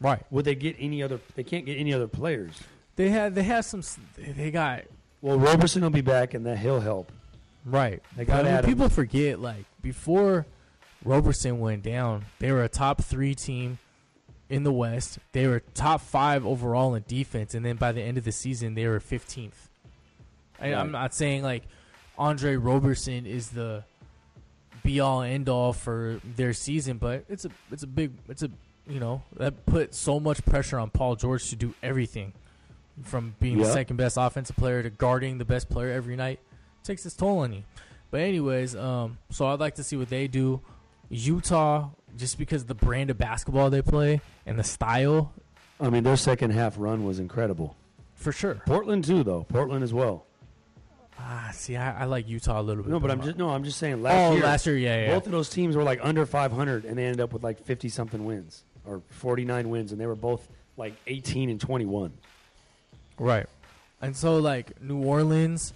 Speaker 2: right.
Speaker 1: would they get any other? They can't get any other players.
Speaker 2: They had. They had some. s- They got
Speaker 1: Well, Roberson will be back, and that he'll help.
Speaker 2: Right.
Speaker 1: They got
Speaker 2: I mean,
Speaker 1: Adams.
Speaker 2: people forget like before Roberson went down, they were a top three team in the West. They were top five overall in defense, and then by the end of the season, they were fifteenth. And I'm not saying like Andre Roberson is the be all end all for their season, but it's a it's a big it's a you know that put so much pressure on Paul George to do everything from being the
Speaker 1: Yeah.
Speaker 2: second best offensive player to guarding the best player every night takes its toll on you. But anyways, um, so I'd like to see what they do. Utah, just because the brand of basketball they play and the style,
Speaker 1: I mean, their second half run was incredible.
Speaker 2: for sure.
Speaker 1: Portland too, though. Portland as well.
Speaker 2: Ah, see, I, I like Utah a little bit.
Speaker 1: No, but I'm
Speaker 2: more.
Speaker 1: just no. I'm just saying. Last
Speaker 2: Oh,
Speaker 1: year,
Speaker 2: last year, yeah, yeah.
Speaker 1: both of those teams were like under 500, and they ended up with like 50 something wins or 49 wins, and they were both like 18 and 21.
Speaker 2: Right. And so like New Orleans,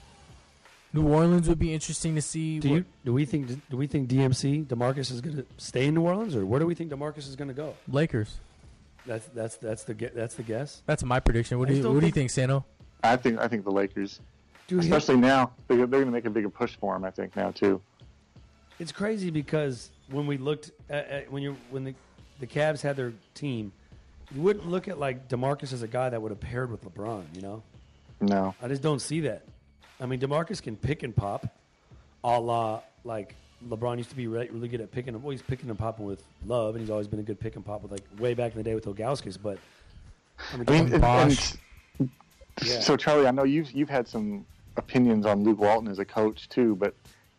Speaker 2: New Orleans would be interesting to see.
Speaker 1: Do
Speaker 2: what-
Speaker 1: you do we think do we think DMC Demarcus is going to stay in New Orleans, or where do we think Demarcus is going to go?
Speaker 2: Lakers?
Speaker 1: That's that's that's the gue- that's the guess.
Speaker 2: That's my prediction. What do
Speaker 1: I
Speaker 2: you
Speaker 1: still
Speaker 2: What do you think,
Speaker 1: think-
Speaker 2: Sano?
Speaker 3: I think I think the Lakers,
Speaker 1: Dude, he-
Speaker 3: especially now, they're, they're going to make a bigger push for him. I think now too.
Speaker 1: it's crazy because when we looked at, at when you when the the Cavs had their team, you wouldn't look at like Demarcus as a guy that would have paired with LeBron. You know,
Speaker 3: No,
Speaker 1: I just don't see that. I mean, Demarcus can pick and pop, a la like LeBron used to be re- really good at picking. Well, he's picking and popping with Love, and he's always been a good pick and pop with like way back in the day with Ogauskas. But I mean,
Speaker 3: I mean, and,
Speaker 2: Bosh.
Speaker 3: and-
Speaker 1: Yeah.
Speaker 3: so Charlie, I know you've you've had some opinions on Luke Walton as a coach too, but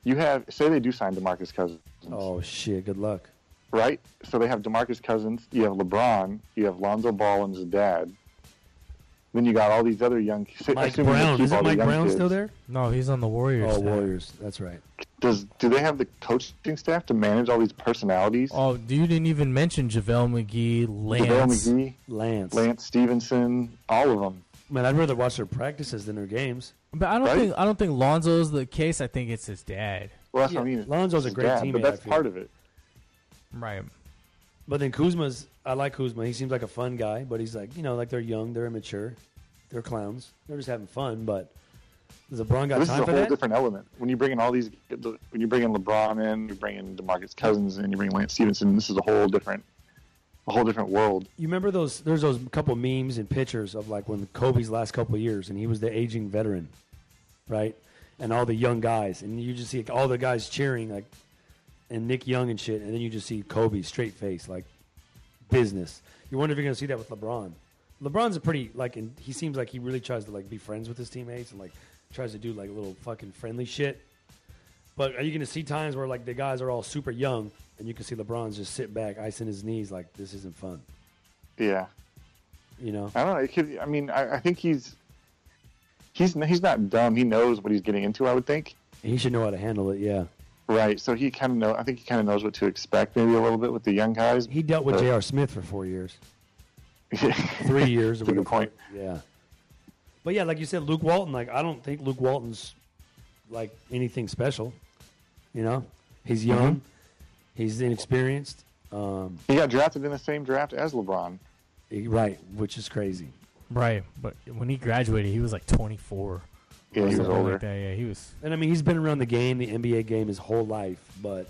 Speaker 3: you have say they do sign DeMarcus Cousins,
Speaker 1: oh shit, good luck.
Speaker 3: right? So they have DeMarcus Cousins, you have LeBron, you have Lonzo Ball and his dad. Then you got all these other young kids.
Speaker 1: Mike Brown is it Mike Brown still there?
Speaker 2: No, he's on the Warriors.
Speaker 1: Oh,
Speaker 2: now.
Speaker 1: Warriors. That's right.
Speaker 3: Does do they have the coaching staff to manage all these personalities?
Speaker 2: Oh, dude, you didn't even mention JaVale McGee,
Speaker 3: JaVale
Speaker 2: Lance.
Speaker 3: McGee,
Speaker 1: Lance.
Speaker 3: Lance Stevenson, all of them.
Speaker 1: Man, I'd rather watch their practices than their games.
Speaker 2: But I don't
Speaker 3: Right?
Speaker 2: think I don't think Lonzo's the case. I think it's his dad.
Speaker 3: Well, that's
Speaker 1: Yeah,
Speaker 3: what I mean.
Speaker 1: Lonzo's a
Speaker 3: His
Speaker 1: great
Speaker 3: dad,
Speaker 1: teammate,
Speaker 3: but that's
Speaker 1: I feel.
Speaker 3: part of it.
Speaker 2: Right.
Speaker 1: But then Kuzma's. I like Kuzma. He seems like a fun guy, but he's like you know like they're young, they're immature, they're clowns, they're just having fun. But does LeBron got
Speaker 3: this is
Speaker 1: time
Speaker 3: a
Speaker 1: for
Speaker 3: whole
Speaker 1: that?
Speaker 3: different element. When you bring in all these, when you bring in LeBron in, you bring in DeMarcus Cousins in, you bring Lance Stevenson. This is a whole different, a whole different world.
Speaker 1: You remember those? There's those couple memes and pictures of like when Kobe's last couple years, and he was the aging veteran, right? And all the young guys, and you just see like, all the guys cheering, like, and Nick Young and shit, and then you just see Kobe straight face, like, business. You wonder if you're gonna see that with LeBron. LeBron's a pretty like, and he seems like he really tries to like be friends with his teammates and like tries to do like little fucking friendly shit. But are you gonna see times where like the guys are all super young, and you can see LeBron's just sit back, icing his knees, like this isn't fun,
Speaker 3: Yeah,
Speaker 1: you know?
Speaker 3: I don't know. It could. I mean, I, I think he's, he's he's not dumb. He knows what he's getting into. I would think.
Speaker 1: He should know how to handle it. Yeah,
Speaker 3: Right. So he kind of know. I think he kind of knows what to expect. Maybe a little bit with the young guys. *laughs*
Speaker 1: he dealt with
Speaker 3: But-
Speaker 1: J.R. Smith for four years,
Speaker 3: *laughs*
Speaker 1: three years. or
Speaker 3: Good
Speaker 1: whatever.
Speaker 3: point.
Speaker 1: Yeah, but yeah, like you said, Luke Walton. Like I don't think Luke Walton's like anything special. You know, he's young, he's inexperienced. Um,
Speaker 3: he got drafted in the same draft as LeBron.
Speaker 1: he- right, which is crazy.
Speaker 2: Right. But when he graduated, he was like 24.
Speaker 3: Yeah,
Speaker 2: or
Speaker 3: he was
Speaker 2: something
Speaker 3: older.
Speaker 2: Like that. Yeah, he was.
Speaker 1: And I mean, he's been around the game, the NBA game, his whole life. But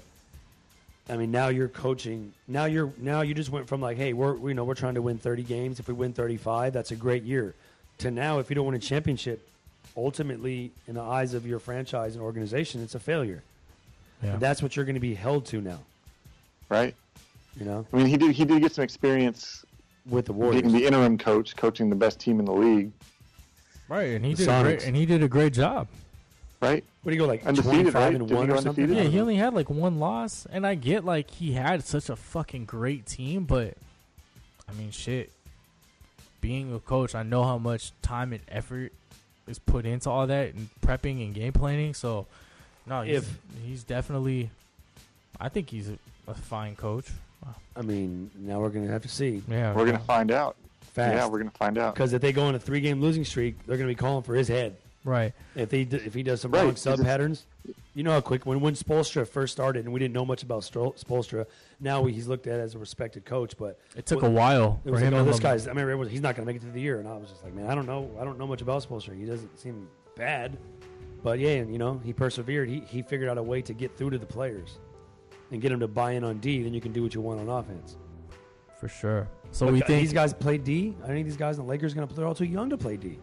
Speaker 1: I mean, now you're coaching. Now you're now you just went from like, hey, we're you know we're trying to win 30 games. If we win 35, that's a great year. To now, if you don't win a championship, ultimately, in the eyes of your franchise and organization, it's a failure.
Speaker 2: Yeah.
Speaker 1: And that's what you're going to be held to now.
Speaker 3: Right.
Speaker 1: You know,
Speaker 3: I mean, he did. He did get some experience
Speaker 1: with the
Speaker 3: being
Speaker 1: Warriors.
Speaker 3: the interim coach, coaching the best team in the league.
Speaker 2: right. And he
Speaker 1: The
Speaker 2: did a great,
Speaker 1: Sonics.
Speaker 2: and he did a great job.
Speaker 3: Right.
Speaker 1: What do you go like 25
Speaker 3: Undefeated, right?
Speaker 1: and
Speaker 3: Didn't he
Speaker 1: one
Speaker 3: go
Speaker 1: or something?
Speaker 3: undefeated?
Speaker 2: Yeah,
Speaker 3: I
Speaker 2: he
Speaker 3: don't
Speaker 2: only had like one loss, and I get like he had such a fucking great team, but I mean, shit. Being a coach, I know how much time and effort is put into all that and prepping and game planning. So, no, he's,
Speaker 1: If-
Speaker 2: he's definitely, I think he's a, a fine coach.
Speaker 1: I mean, now we're going to have to see
Speaker 2: Yeah,
Speaker 3: We're gonna find out.
Speaker 1: fast.
Speaker 3: Yeah, we're gonna find out.
Speaker 1: because if they go on a three-game losing streak, they're going to be calling for his head.
Speaker 2: right.
Speaker 1: If he d- if he does some
Speaker 3: Right,
Speaker 1: wrong
Speaker 3: because
Speaker 1: sub
Speaker 3: it's-
Speaker 1: patterns, you know how quick when when Spolstra first started and we didn't know much about Stro- Spolstra. Now we, he's looked at as a respected coach, but
Speaker 2: It took
Speaker 1: Well,
Speaker 2: a while
Speaker 1: it
Speaker 2: for
Speaker 1: was
Speaker 2: him.
Speaker 1: like, oh,
Speaker 2: and
Speaker 1: this
Speaker 2: Lem-
Speaker 1: guy's. I remember it was, he's not going to make it through the year, and I was just like, man, I don't know, I don't know much about Spolstra. He doesn't seem bad, but yeah, and you know he persevered. He he figured out a way to get through to the players and get them to buy in on D. Then you can do what you want on offense.
Speaker 2: for sure. So
Speaker 1: But
Speaker 2: we
Speaker 1: th-
Speaker 2: think
Speaker 1: these guys play D. Are any of these guys in the Lakers going to play? They're all too young to play D.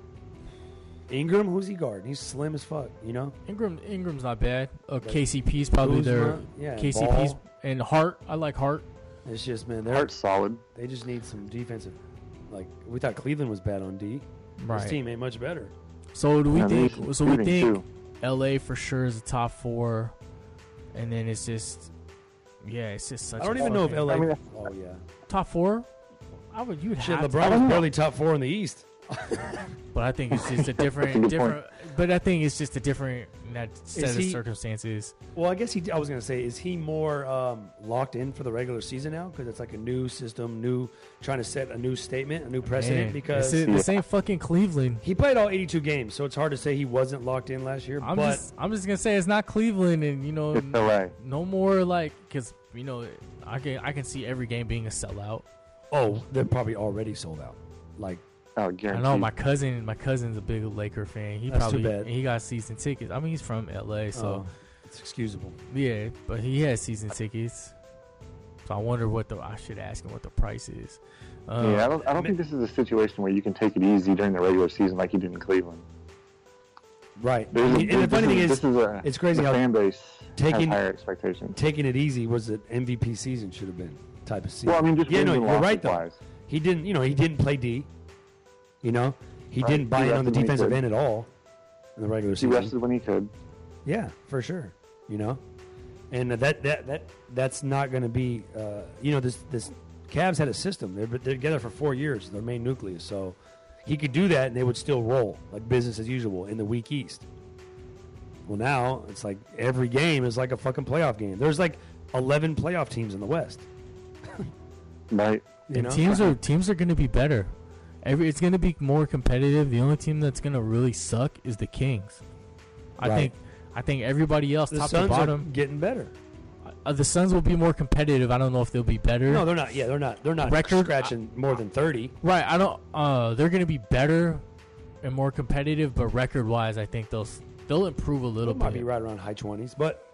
Speaker 1: Ingram, who's he guarding? He's slim as fuck, you know.
Speaker 2: Ingram Ingram's not bad. Uh, KCP's probably their
Speaker 1: Kuzma, yeah,
Speaker 2: KCP's
Speaker 1: Ball.
Speaker 2: and Hart. I like Hart.
Speaker 1: It's just man, they're
Speaker 3: Heart's solid.
Speaker 1: They just need some defensive. Like we thought, Cleveland was bad on D.
Speaker 2: Right.
Speaker 1: This team ain't much better.
Speaker 2: So do we
Speaker 3: Yeah, they need
Speaker 2: think?
Speaker 3: some
Speaker 2: So we
Speaker 3: shooting,
Speaker 2: think LA for sure is the top four, and then it's just yeah, it's just such.
Speaker 1: I don't
Speaker 2: a
Speaker 1: even know if
Speaker 2: fucking-
Speaker 1: LA.
Speaker 3: I mean,
Speaker 1: oh yeah,
Speaker 2: top four. I would you'd
Speaker 1: shit.
Speaker 2: have to-
Speaker 1: LeBron was barely top four in the East.
Speaker 2: but I think it's
Speaker 3: *laughs*
Speaker 2: just a
Speaker 3: a
Speaker 2: different
Speaker 3: good
Speaker 2: different. But I think it's just a different that set of
Speaker 1: he-
Speaker 2: circumstances.
Speaker 1: Well, I guess he. I was gonna say, is he more um, locked in for the regular season now? Because it's like a new system, new trying to set a new statement, a new precedent.
Speaker 2: Man,
Speaker 1: because
Speaker 2: this, is, this ain't fucking Cleveland.
Speaker 1: he played all 82 games, so it's hard to say he wasn't locked in last year.
Speaker 2: I'm
Speaker 1: but
Speaker 2: just I'm just gonna say it's not Cleveland, and you know
Speaker 3: It's Oh, LA.
Speaker 2: no more like because you know I can I can see every game being a sellout.
Speaker 1: oh, they're probably already sold out. Like
Speaker 3: Oh, guaranteed.
Speaker 2: I know my cousin. My cousin's a big Laker fan. He
Speaker 1: That's too
Speaker 2: probably
Speaker 1: bad.
Speaker 2: and he got season tickets. I mean, he's from LA, so
Speaker 1: oh, it's excusable.
Speaker 2: yeah. But he has season tickets. So I wonder what the I should ask him what the price is. Um,
Speaker 3: yeah, I don't. I don't think this is a situation where you can take it easy during the regular season like you did in Cleveland.
Speaker 1: Right.
Speaker 3: There's a-
Speaker 1: And the funny thing is,
Speaker 3: this is a,
Speaker 1: it's crazy
Speaker 3: the
Speaker 1: how
Speaker 3: fan base
Speaker 1: taking-
Speaker 3: has higher expectations.
Speaker 1: taking it easy was an MVP season should have been type of season.
Speaker 3: Well, I mean, just
Speaker 1: yeah,
Speaker 3: wins
Speaker 1: no,
Speaker 3: and
Speaker 1: you're
Speaker 3: losses
Speaker 1: right though.
Speaker 3: wise.
Speaker 1: He didn't, you know, he didn't play D. You know, he
Speaker 3: Right.
Speaker 1: didn't buy
Speaker 3: He
Speaker 1: in on the
Speaker 3: rested when he
Speaker 1: defensive
Speaker 3: could.
Speaker 1: end at all in the regular
Speaker 3: He
Speaker 1: season.
Speaker 3: rested when he could.
Speaker 1: Yeah, for sure. You know, and that that that that's not going to be. Uh, you know, this this Cavs had a system. They're, they're together for four years. Their main nucleus. So he could do that, and they would still roll like business as usual in the weak East. Well, now it's like every game is like a fucking playoff game. There's like eleven playoff teams in the West.
Speaker 3: Right.
Speaker 1: You know,
Speaker 2: teams are teams are going to be better. Every it's going to be more competitive. The only team that's going to really suck is the Kings. I
Speaker 1: Right.
Speaker 2: think I think everybody else,
Speaker 1: the
Speaker 2: top to
Speaker 1: Suns are
Speaker 2: bottom,
Speaker 1: getting better.
Speaker 2: uh, the Suns will be more competitive. I don't know if they'll be better.
Speaker 1: No, they're not. Yeah, they're not. They're not
Speaker 2: Record-
Speaker 1: scratching more than thirty.
Speaker 2: right. I don't. Uh, they're going to be better and more competitive, but record wise, I think they'll s- they'll improve a little
Speaker 1: It might be
Speaker 2: bit.
Speaker 1: right around high 20s, but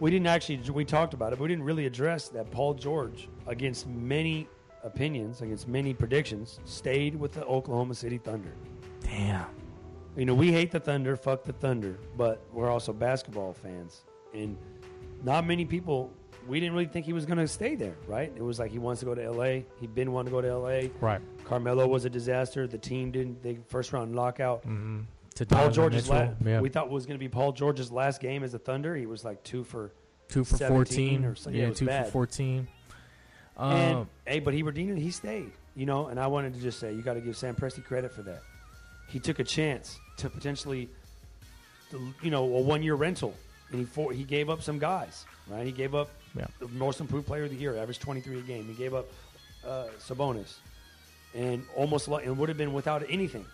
Speaker 1: we didn't actually, we talked about it, but we didn't really address that Paul George, against many opinions, against many predictions, stayed with the Oklahoma City Thunder.
Speaker 2: Damn.
Speaker 1: You know, we hate the Thunder, fuck the Thunder, but we're also basketball fans. And not many people, we didn't really think he was going to stay there, right? It was like he wants to go to LA. He'd been wanting to go to LA.
Speaker 2: Right.
Speaker 1: Carmelo was a disaster. The team didn't, they first round lockout.
Speaker 2: Mm-hmm. To
Speaker 1: Paul
Speaker 2: Donovan
Speaker 1: George's
Speaker 2: Mitchell.
Speaker 1: last,
Speaker 2: yeah.
Speaker 1: we thought was going to be Paul George's last game as a Thunder. He was like two for,
Speaker 2: two for
Speaker 1: 17
Speaker 2: fourteen
Speaker 1: or something. Yeah, it was
Speaker 2: two
Speaker 1: bad.
Speaker 2: for fourteen. Um,
Speaker 1: and hey, but he redeemed it. He stayed, you know. And I wanted to just say, you got to give Sam Presti credit for that. He took a chance to potentially, you know, a one-year rental, and he for, he gave up some guys, right? He gave up
Speaker 2: Yeah.
Speaker 1: the most improved player of the year, averaged 23 a game. He gave up uh, Sabonis, and almost lo- and would have been without anything.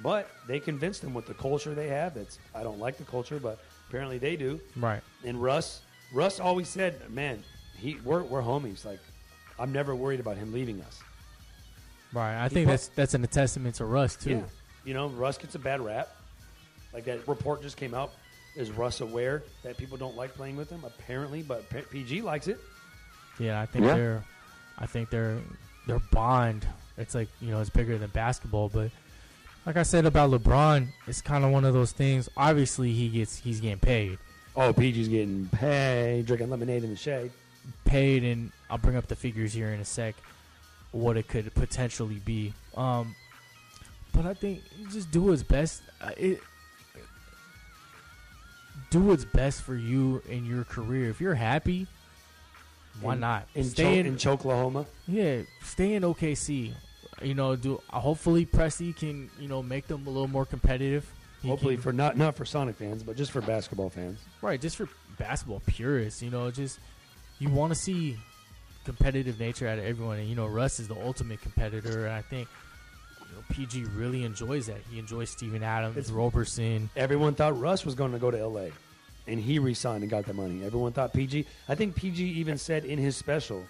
Speaker 1: But they convinced him with the culture they have. That's I don't like the culture, but apparently they do.
Speaker 2: right.
Speaker 1: And Russ, Russ always said, "Man, he we're we're homies. Like, I'm never worried about him leaving us."
Speaker 2: Right. I
Speaker 1: He
Speaker 2: think
Speaker 1: put-
Speaker 2: that's that's an testament to Russ too.
Speaker 1: Yeah. You know, Russ gets a bad rap. Like that report just came out. Is Russ aware that people don't like playing with him? Apparently, but P- PG likes it.
Speaker 2: Yeah, I think
Speaker 3: Yeah.
Speaker 2: they're, I think they're, their bond. It's like you know, it's bigger than basketball. But like I said about LeBron, it's kind of one of those things. Obviously, he gets he's getting paid,
Speaker 1: Oh, PG's getting paid, drinking lemonade in the shade.
Speaker 2: paid, and I'll bring up the figures here in a sec, what it could potentially be. Um, but I think you just do what's best. Uh, It do what's best for you in your career. If you're happy, why
Speaker 1: In-
Speaker 2: not
Speaker 1: in
Speaker 2: Stay
Speaker 1: Cho-
Speaker 2: in-
Speaker 1: in Choklahoma?
Speaker 2: Yeah, stay in OKC. You know, do hopefully Presti can you know make them a little more competitive. He
Speaker 1: Hopefully,
Speaker 2: can-
Speaker 1: for not not for Sonic fans, but just for basketball fans.
Speaker 2: right, just for basketball purists. You know, just you want to see competitive nature out of everyone, and you know Russ is the ultimate competitor, and I think. You know, PG really enjoys that. He enjoys Steven Adams,
Speaker 1: It's-
Speaker 2: Roberson.
Speaker 1: Everyone thought Russ was going to go to LA, and he re-signed and got the money. Everyone thought PG. I think PG even said in his special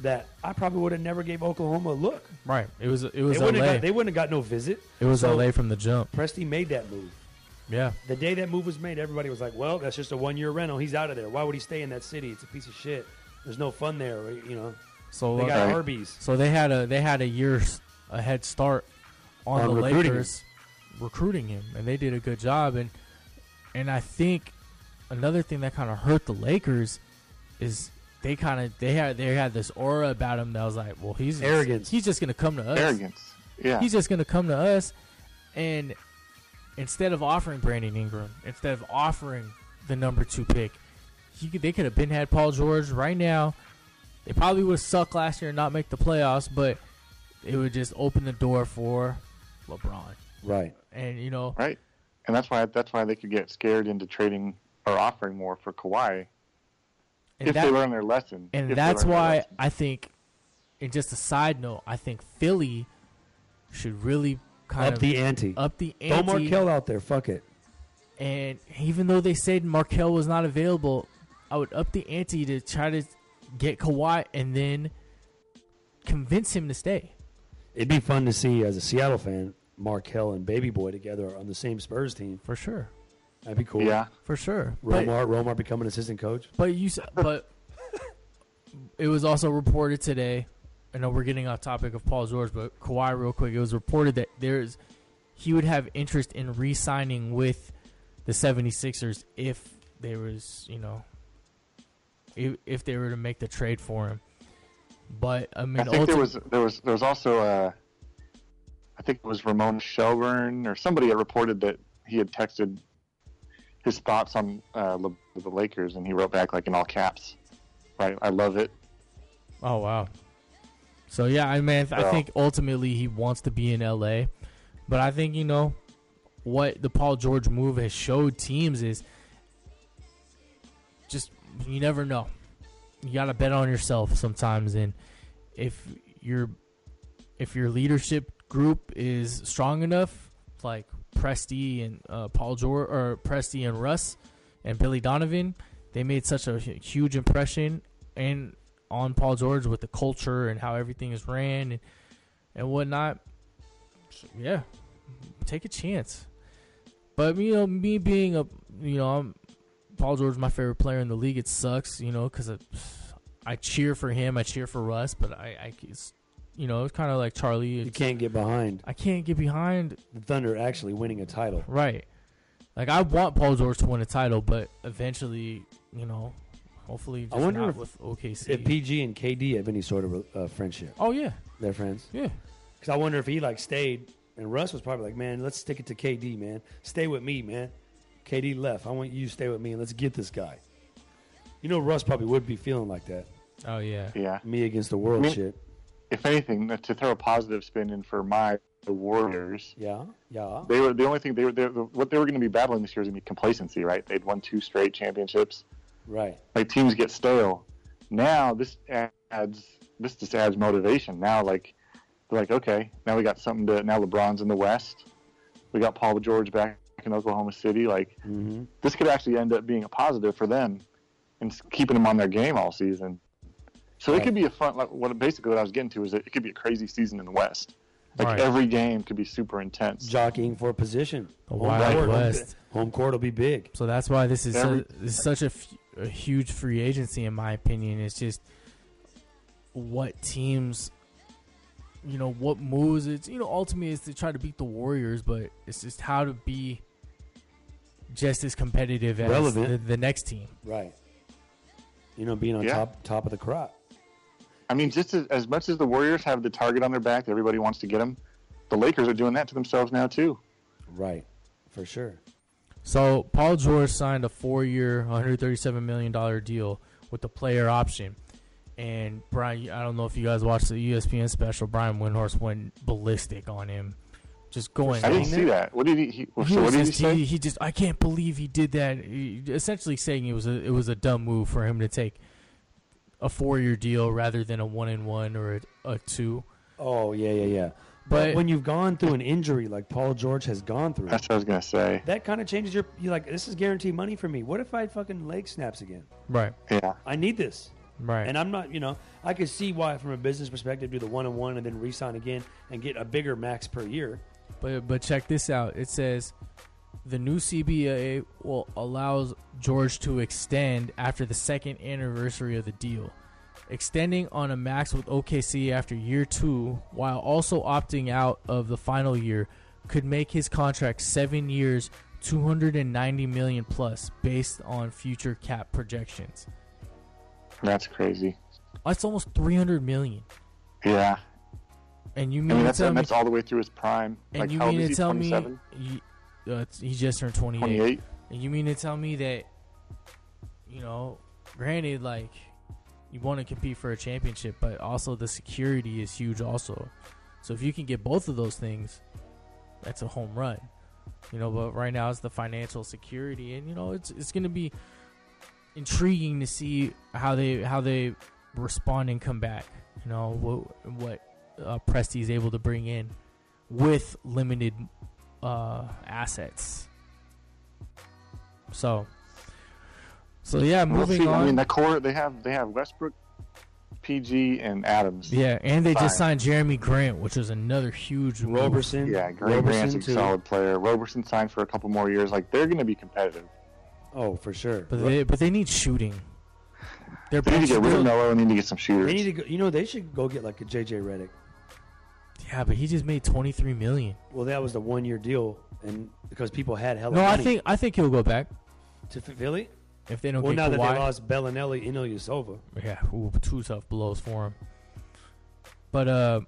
Speaker 1: that I probably would have never gave Oklahoma a look.
Speaker 2: Right. It was it
Speaker 1: They
Speaker 2: was
Speaker 1: wouldn't,
Speaker 2: LA.
Speaker 1: have got, they wouldn't have got no visit.
Speaker 2: it was
Speaker 1: so
Speaker 2: LA from the jump.
Speaker 1: Presti made that move.
Speaker 2: Yeah.
Speaker 1: The day that move was made, everybody was like, "Well, that's just a one-year rental. He's out of there. Why would he stay in that city? It's a piece of shit. There's no fun there. You know,
Speaker 2: So
Speaker 1: they
Speaker 2: uh,
Speaker 1: got
Speaker 3: Right.
Speaker 1: Arby's.
Speaker 2: So they had a they had a year's a head start on,
Speaker 1: On
Speaker 2: the
Speaker 1: recruiting him.
Speaker 2: Lakers recruiting him, and they did a good job. And and I think another thing that kind of hurt the Lakers is they kind of they had they had this aura about him that was like, well, he's
Speaker 1: Arrogance.
Speaker 2: He's just gonna come to us.
Speaker 3: Arrogance. Yeah.
Speaker 2: *laughs* He's just gonna come to us, and instead of offering Brandon Ingram, instead of offering the number two pick, he could, they could have been had Paul George right now. They probably would have sucked last year and not make the playoffs, but it would just open the door for LeBron.
Speaker 1: Right.
Speaker 2: And you know,
Speaker 3: Right. And that's why that's why they could get scared into trading or offering more for Kawhi
Speaker 2: and
Speaker 3: if
Speaker 2: that-
Speaker 3: they learn their lesson. if
Speaker 2: And
Speaker 3: they
Speaker 2: that's
Speaker 3: learn their
Speaker 2: why
Speaker 3: lesson.
Speaker 2: I think, and just a side note, I think Philly should really kind
Speaker 1: Up
Speaker 2: of
Speaker 1: the ante.
Speaker 2: up the ante.
Speaker 1: Throw Markell out there. Fuck it.
Speaker 2: And even though they said Markel was not available, I would up the ante to try to get Kawhi and then convince him to stay.
Speaker 1: It'd be fun to see as a Seattle fan, Markell and Baby Boy together on the same Spurs team.
Speaker 2: For sure.
Speaker 1: That'd be cool.
Speaker 3: Yeah.
Speaker 2: For sure. But,
Speaker 1: Romar, Romar become an assistant coach.
Speaker 2: but you s- but it was also reported today. I know we're getting off topic of Paul George, but Kawhi real quick, it was reported that there's he would have interest in re signing with the 76ers if they was, you know, if, if they were to make the trade for him. But I mean,
Speaker 3: I think there
Speaker 2: ulti-
Speaker 3: was there was there was also uh, I think it was Ramon Shelburne or somebody had reported that he had texted his thoughts on uh, Le- the Lakers, and he wrote back like in all caps, right? I love it.
Speaker 2: Oh wow. So yeah, I mean, I
Speaker 3: Well-
Speaker 2: think ultimately he wants to be in LA, but I think you know what the Paul George move has showed teams is just you never know. You gotta bet on yourself sometimes, and if your if your leadership group is strong enough, like Presti and uh, Paul George or Presti and Russ and Billy Donovan, they made such a hu- huge impression and on Paul George with the culture and how everything is ran and, and whatnot. So, yeah, take a chance. But you know, me being a you know, I'm Paul George, my favorite player in the league. It sucks, you know, because I, I cheer for him, I cheer for Russ, but I, I it's, you know, it's kind of like Charlie.
Speaker 1: You can't get behind
Speaker 2: I can't get behind
Speaker 1: the Thunder actually winning a title.
Speaker 2: Right. Like I want Paul George to win a title, but eventually, you know, hopefully, just
Speaker 1: wonder
Speaker 2: not
Speaker 1: if-
Speaker 2: with OKC.
Speaker 1: If PG and KD have any sort of uh, friendship,
Speaker 2: oh yeah,
Speaker 1: they're friends.
Speaker 2: yeah,
Speaker 1: Because I wonder if he like stayed, and Russ was probably like, "Man, let's stick it to KD, man. Stay with me, man. KD left. I want you to stay with me, and let's get this guy." You know, Russ probably would be feeling like that.
Speaker 2: oh yeah.
Speaker 3: Yeah.
Speaker 1: Me against the world
Speaker 3: Me-
Speaker 1: shit.
Speaker 3: If anything, uh, to throw a positive spin in for my the Warriors,
Speaker 1: Yeah, yeah.
Speaker 3: they were the only thing they were they, were- what they were going to be battling this year is going to be complacency, right? They'd won two straight championships.
Speaker 1: Right.
Speaker 3: like teams get stale. Now this adds this just adds motivation. Now like they're like, okay, now we got something to now LeBron's in the West. We got Paul George back in Oklahoma City. Like
Speaker 1: Mm-hmm.
Speaker 3: this could actually end up being a positive for them and s- keeping them on their game all season. So it
Speaker 1: Right.
Speaker 3: could be a fun like what basically what I was getting to is that it could be a crazy season in the West. Like
Speaker 2: Right.
Speaker 3: every game could be super intense.
Speaker 1: Jockeying for position.
Speaker 2: The
Speaker 1: Home
Speaker 2: Wild
Speaker 1: court-
Speaker 2: West.
Speaker 1: Home court will be big.
Speaker 2: So that's why this is
Speaker 3: Every-
Speaker 2: such, this is such a, f- a huge free agency, in my opinion. It's just what teams, you know, what moves. It's you know, ultimately, it's to try to beat the Warriors, but it's just how to be just as competitive as
Speaker 1: Relevant.
Speaker 2: The, the next team.
Speaker 1: Right. You know, being on
Speaker 3: Yeah.
Speaker 1: top top of the crop.
Speaker 3: I mean, just as, as much as the Warriors have the target on their back that everybody wants to get them, the Lakers are doing that to themselves now too.
Speaker 1: Right. For sure.
Speaker 2: So Paul George signed a four-year, 137 million dollar deal with the player option. And Brian, I don't know if you guys watched the E ESPN special. Brian Windhorst went ballistic on him, just going.
Speaker 3: I didn't
Speaker 1: saying
Speaker 3: see that. What did he? he
Speaker 2: He
Speaker 3: so
Speaker 2: was
Speaker 3: what did he
Speaker 2: just-
Speaker 3: say?
Speaker 2: he- he just I can't believe he did that. He- essentially saying it was a it was a dumb move for him to take a four year deal rather than a one and one or a, a two.
Speaker 1: Oh yeah, yeah, yeah.
Speaker 2: But-
Speaker 1: but when you've gone through an injury like Paul George has gone through,
Speaker 3: That's what I was gonna say.
Speaker 1: that kind of changes your you like this is guaranteed money for me what if i fucking leg snaps again
Speaker 2: Right,
Speaker 3: Yeah,
Speaker 1: i need this
Speaker 2: right.
Speaker 1: and i'm not you know i could see why from a business perspective do the one-on-one and then re-sign again and get a bigger max per year
Speaker 2: But but check this out. It says the new CBA will allows George to extend after the second anniversary of the deal, extending on a max with OKC after year two, while also opting out of the final year, could make his contract seven years, 290 million plus, based on future cap projections.
Speaker 3: that's crazy.
Speaker 2: That's almost 300 million.
Speaker 3: Yeah,
Speaker 2: And you
Speaker 3: I
Speaker 2: mean
Speaker 3: mean
Speaker 2: to
Speaker 3: that's
Speaker 2: tell
Speaker 3: and
Speaker 2: me?
Speaker 3: that's all the way through his prime.
Speaker 2: And
Speaker 3: like
Speaker 2: you
Speaker 3: how old
Speaker 2: mean
Speaker 3: is he?
Speaker 2: to tell me?
Speaker 3: 27?
Speaker 2: He, uh, he just turned 28.
Speaker 3: 28?
Speaker 2: And you mean to tell me that, you know, granted, like, you want to compete for a championship, but also the security is huge, also. So if you can get both of those things, that's a home run. You know, but right now it's the financial security, and you know it's it's going to be intriguing to see how they how they respond and come back. You know what what uh, Presti is able to bring in with limited uh, assets. So, so yeah,
Speaker 3: We'll
Speaker 2: moving
Speaker 3: see.
Speaker 2: on.
Speaker 3: I mean, the core they have they have Westbrook, PG, and Adams.
Speaker 2: yeah, and they just
Speaker 3: Fine.
Speaker 2: signed Jeremy Grant, which is another huge move.
Speaker 1: roberson
Speaker 3: Yeah, Green Grant's
Speaker 1: roberson
Speaker 3: a
Speaker 1: too.
Speaker 3: solid player. Roberson signed for a couple more years. Like they're going to be competitive.
Speaker 1: oh for sure
Speaker 2: But they but they need shooting. They're
Speaker 3: They need to get rid of
Speaker 2: they're-
Speaker 3: Melo. They need to get some shooters.
Speaker 1: they need to go, you know they should go get like a jj reddick
Speaker 2: Yeah, but he just made twenty three million.
Speaker 1: well that was the one-year deal and because people had hella
Speaker 2: No, I
Speaker 1: money
Speaker 2: think I think he'll go back
Speaker 1: to F- Philly.
Speaker 2: if they don't
Speaker 1: Well,
Speaker 2: get
Speaker 1: now that
Speaker 2: Kawhi.
Speaker 1: they lost Bellinelli and Ilyasova,
Speaker 2: Yeah, ooh, two tough blows for him. But uh,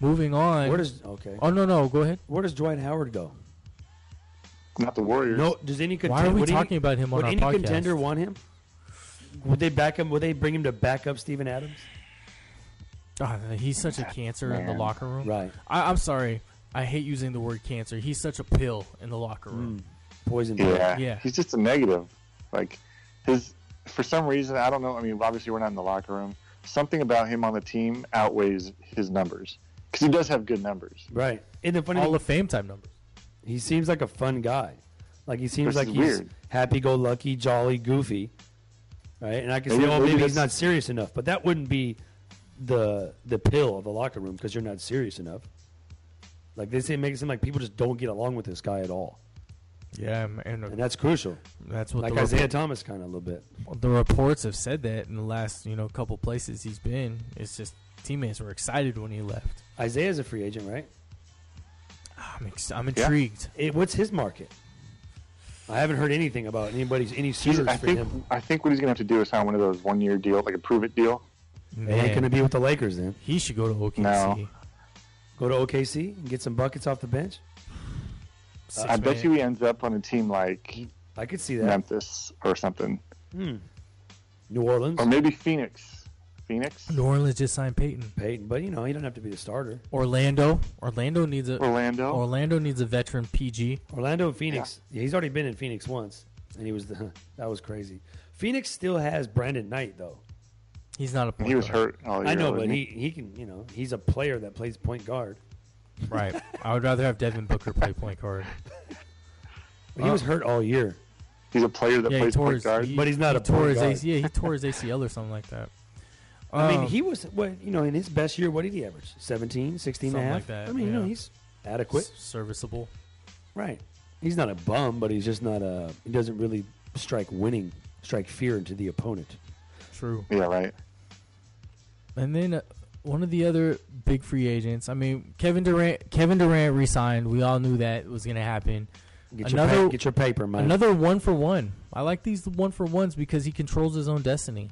Speaker 2: moving on.
Speaker 1: where does okay?
Speaker 2: oh no no go ahead.
Speaker 1: Where does Dwight Howard go?
Speaker 3: Not the Warriors.
Speaker 1: No, does any contender?
Speaker 2: Why are we talking about him on
Speaker 1: Would
Speaker 2: our
Speaker 1: any
Speaker 2: podcast?
Speaker 1: contender want him? Would they back him? Would they bring him to back up Steven Adams?
Speaker 2: Ah, he's such a cancer in the
Speaker 3: Man.
Speaker 2: locker room.
Speaker 1: Right,
Speaker 2: I, I'm sorry. I hate using the word cancer. He's such a pill in the locker room.
Speaker 1: poison.
Speaker 3: Yeah.
Speaker 2: Yeah.
Speaker 3: He's just a negative. Like his for some reason, I don't know. I mean, obviously we're not in the locker room. Something about him on the team outweighs his numbers because he does have good numbers.
Speaker 1: right. And the funny
Speaker 2: All
Speaker 1: thing,
Speaker 2: Hall of Fame type numbers.
Speaker 1: he seems like a fun guy. Like he seems
Speaker 3: Which
Speaker 1: like
Speaker 3: is
Speaker 1: he's
Speaker 3: weird.
Speaker 1: happy-go-lucky, jolly, goofy, right? And I can
Speaker 3: Maybe-
Speaker 1: say, oh,
Speaker 3: maybe
Speaker 1: maybe he's
Speaker 3: that's-
Speaker 1: not serious enough, but that wouldn't be the the pill of the locker room because you're not serious enough. Like they say, it makes it seem like people just don't get along with this guy at all,
Speaker 2: Yeah, and,
Speaker 1: and that's crucial.
Speaker 2: that's what
Speaker 1: Like
Speaker 2: the,
Speaker 1: Isaiah Thomas, kind of a little bit.
Speaker 2: the reports have said that in the last you know couple places he's been. It's just teammates were excited when he left.
Speaker 1: Isaiah's a free agent, right?
Speaker 2: I'm ex- I'm
Speaker 3: Yeah.
Speaker 2: intrigued.
Speaker 1: It, what's his market? I haven't heard anything about anybody's any
Speaker 3: He's,
Speaker 1: suitors
Speaker 3: I
Speaker 1: for
Speaker 3: think
Speaker 1: him.
Speaker 3: I think what he's gonna have to do is sign one of those one year deal, like a prove it deal.
Speaker 1: They ain't
Speaker 2: Man,
Speaker 1: gonna be with the Lakers then.
Speaker 2: he should go to OKC.
Speaker 3: No.
Speaker 1: Go to OKC and get some buckets off the bench.
Speaker 2: Six
Speaker 3: I bet
Speaker 2: man.
Speaker 3: you he ends up on a team like
Speaker 1: I could see that.
Speaker 3: Memphis or something,
Speaker 1: Hmm. New Orleans,
Speaker 3: or
Speaker 2: Um,
Speaker 3: maybe Phoenix. Phoenix,
Speaker 2: New Orleans just signed Peyton.
Speaker 1: Peyton, but you know he don't have to be the starter.
Speaker 2: Orlando. Orlando needs a
Speaker 3: Orlando.
Speaker 2: Orlando needs a veteran PG.
Speaker 1: Orlando, Phoenix. Yeah. he's already been in Phoenix once, and he was the, *laughs* that was crazy. Phoenix still has Brandon Knight though.
Speaker 2: He's not a point
Speaker 3: he was
Speaker 2: guard.
Speaker 3: hurt. All year,
Speaker 1: I know, but
Speaker 3: wasn't
Speaker 1: he, he can you know he's a player that plays point guard.
Speaker 2: Right. I would rather have Devin Booker play
Speaker 3: *laughs*
Speaker 2: point guard.
Speaker 1: But
Speaker 2: Uh,
Speaker 1: he was hurt all year.
Speaker 3: he's a player that
Speaker 2: Yeah, he
Speaker 3: plays
Speaker 2: tore
Speaker 3: point
Speaker 2: his,
Speaker 3: guard.
Speaker 2: he-
Speaker 1: but he's not
Speaker 2: he
Speaker 1: a point
Speaker 2: tore his
Speaker 1: guard.
Speaker 2: AC, yeah, he tore his ACL or something like that.
Speaker 1: I
Speaker 2: Um,
Speaker 1: mean, he was what you know in his best year. What did he average? 17, 16 and a
Speaker 2: Something
Speaker 1: half.
Speaker 2: like that,
Speaker 1: I mean, you know
Speaker 2: yeah.
Speaker 1: he's adequate.
Speaker 2: s- serviceable.
Speaker 1: Right. He's not a bum, but he's just not a. He doesn't really strike winning, strike fear into the opponent.
Speaker 2: True.
Speaker 3: Yeah, right.
Speaker 2: And then uh, one of the other big free agents. I mean, Kevin Durant. Kevin Durant resigned. We all knew that was going to happen.
Speaker 1: Get your
Speaker 2: Another-
Speaker 1: pa- get your paper, man.
Speaker 2: Another one for one. I like these one for ones because he controls his own destiny.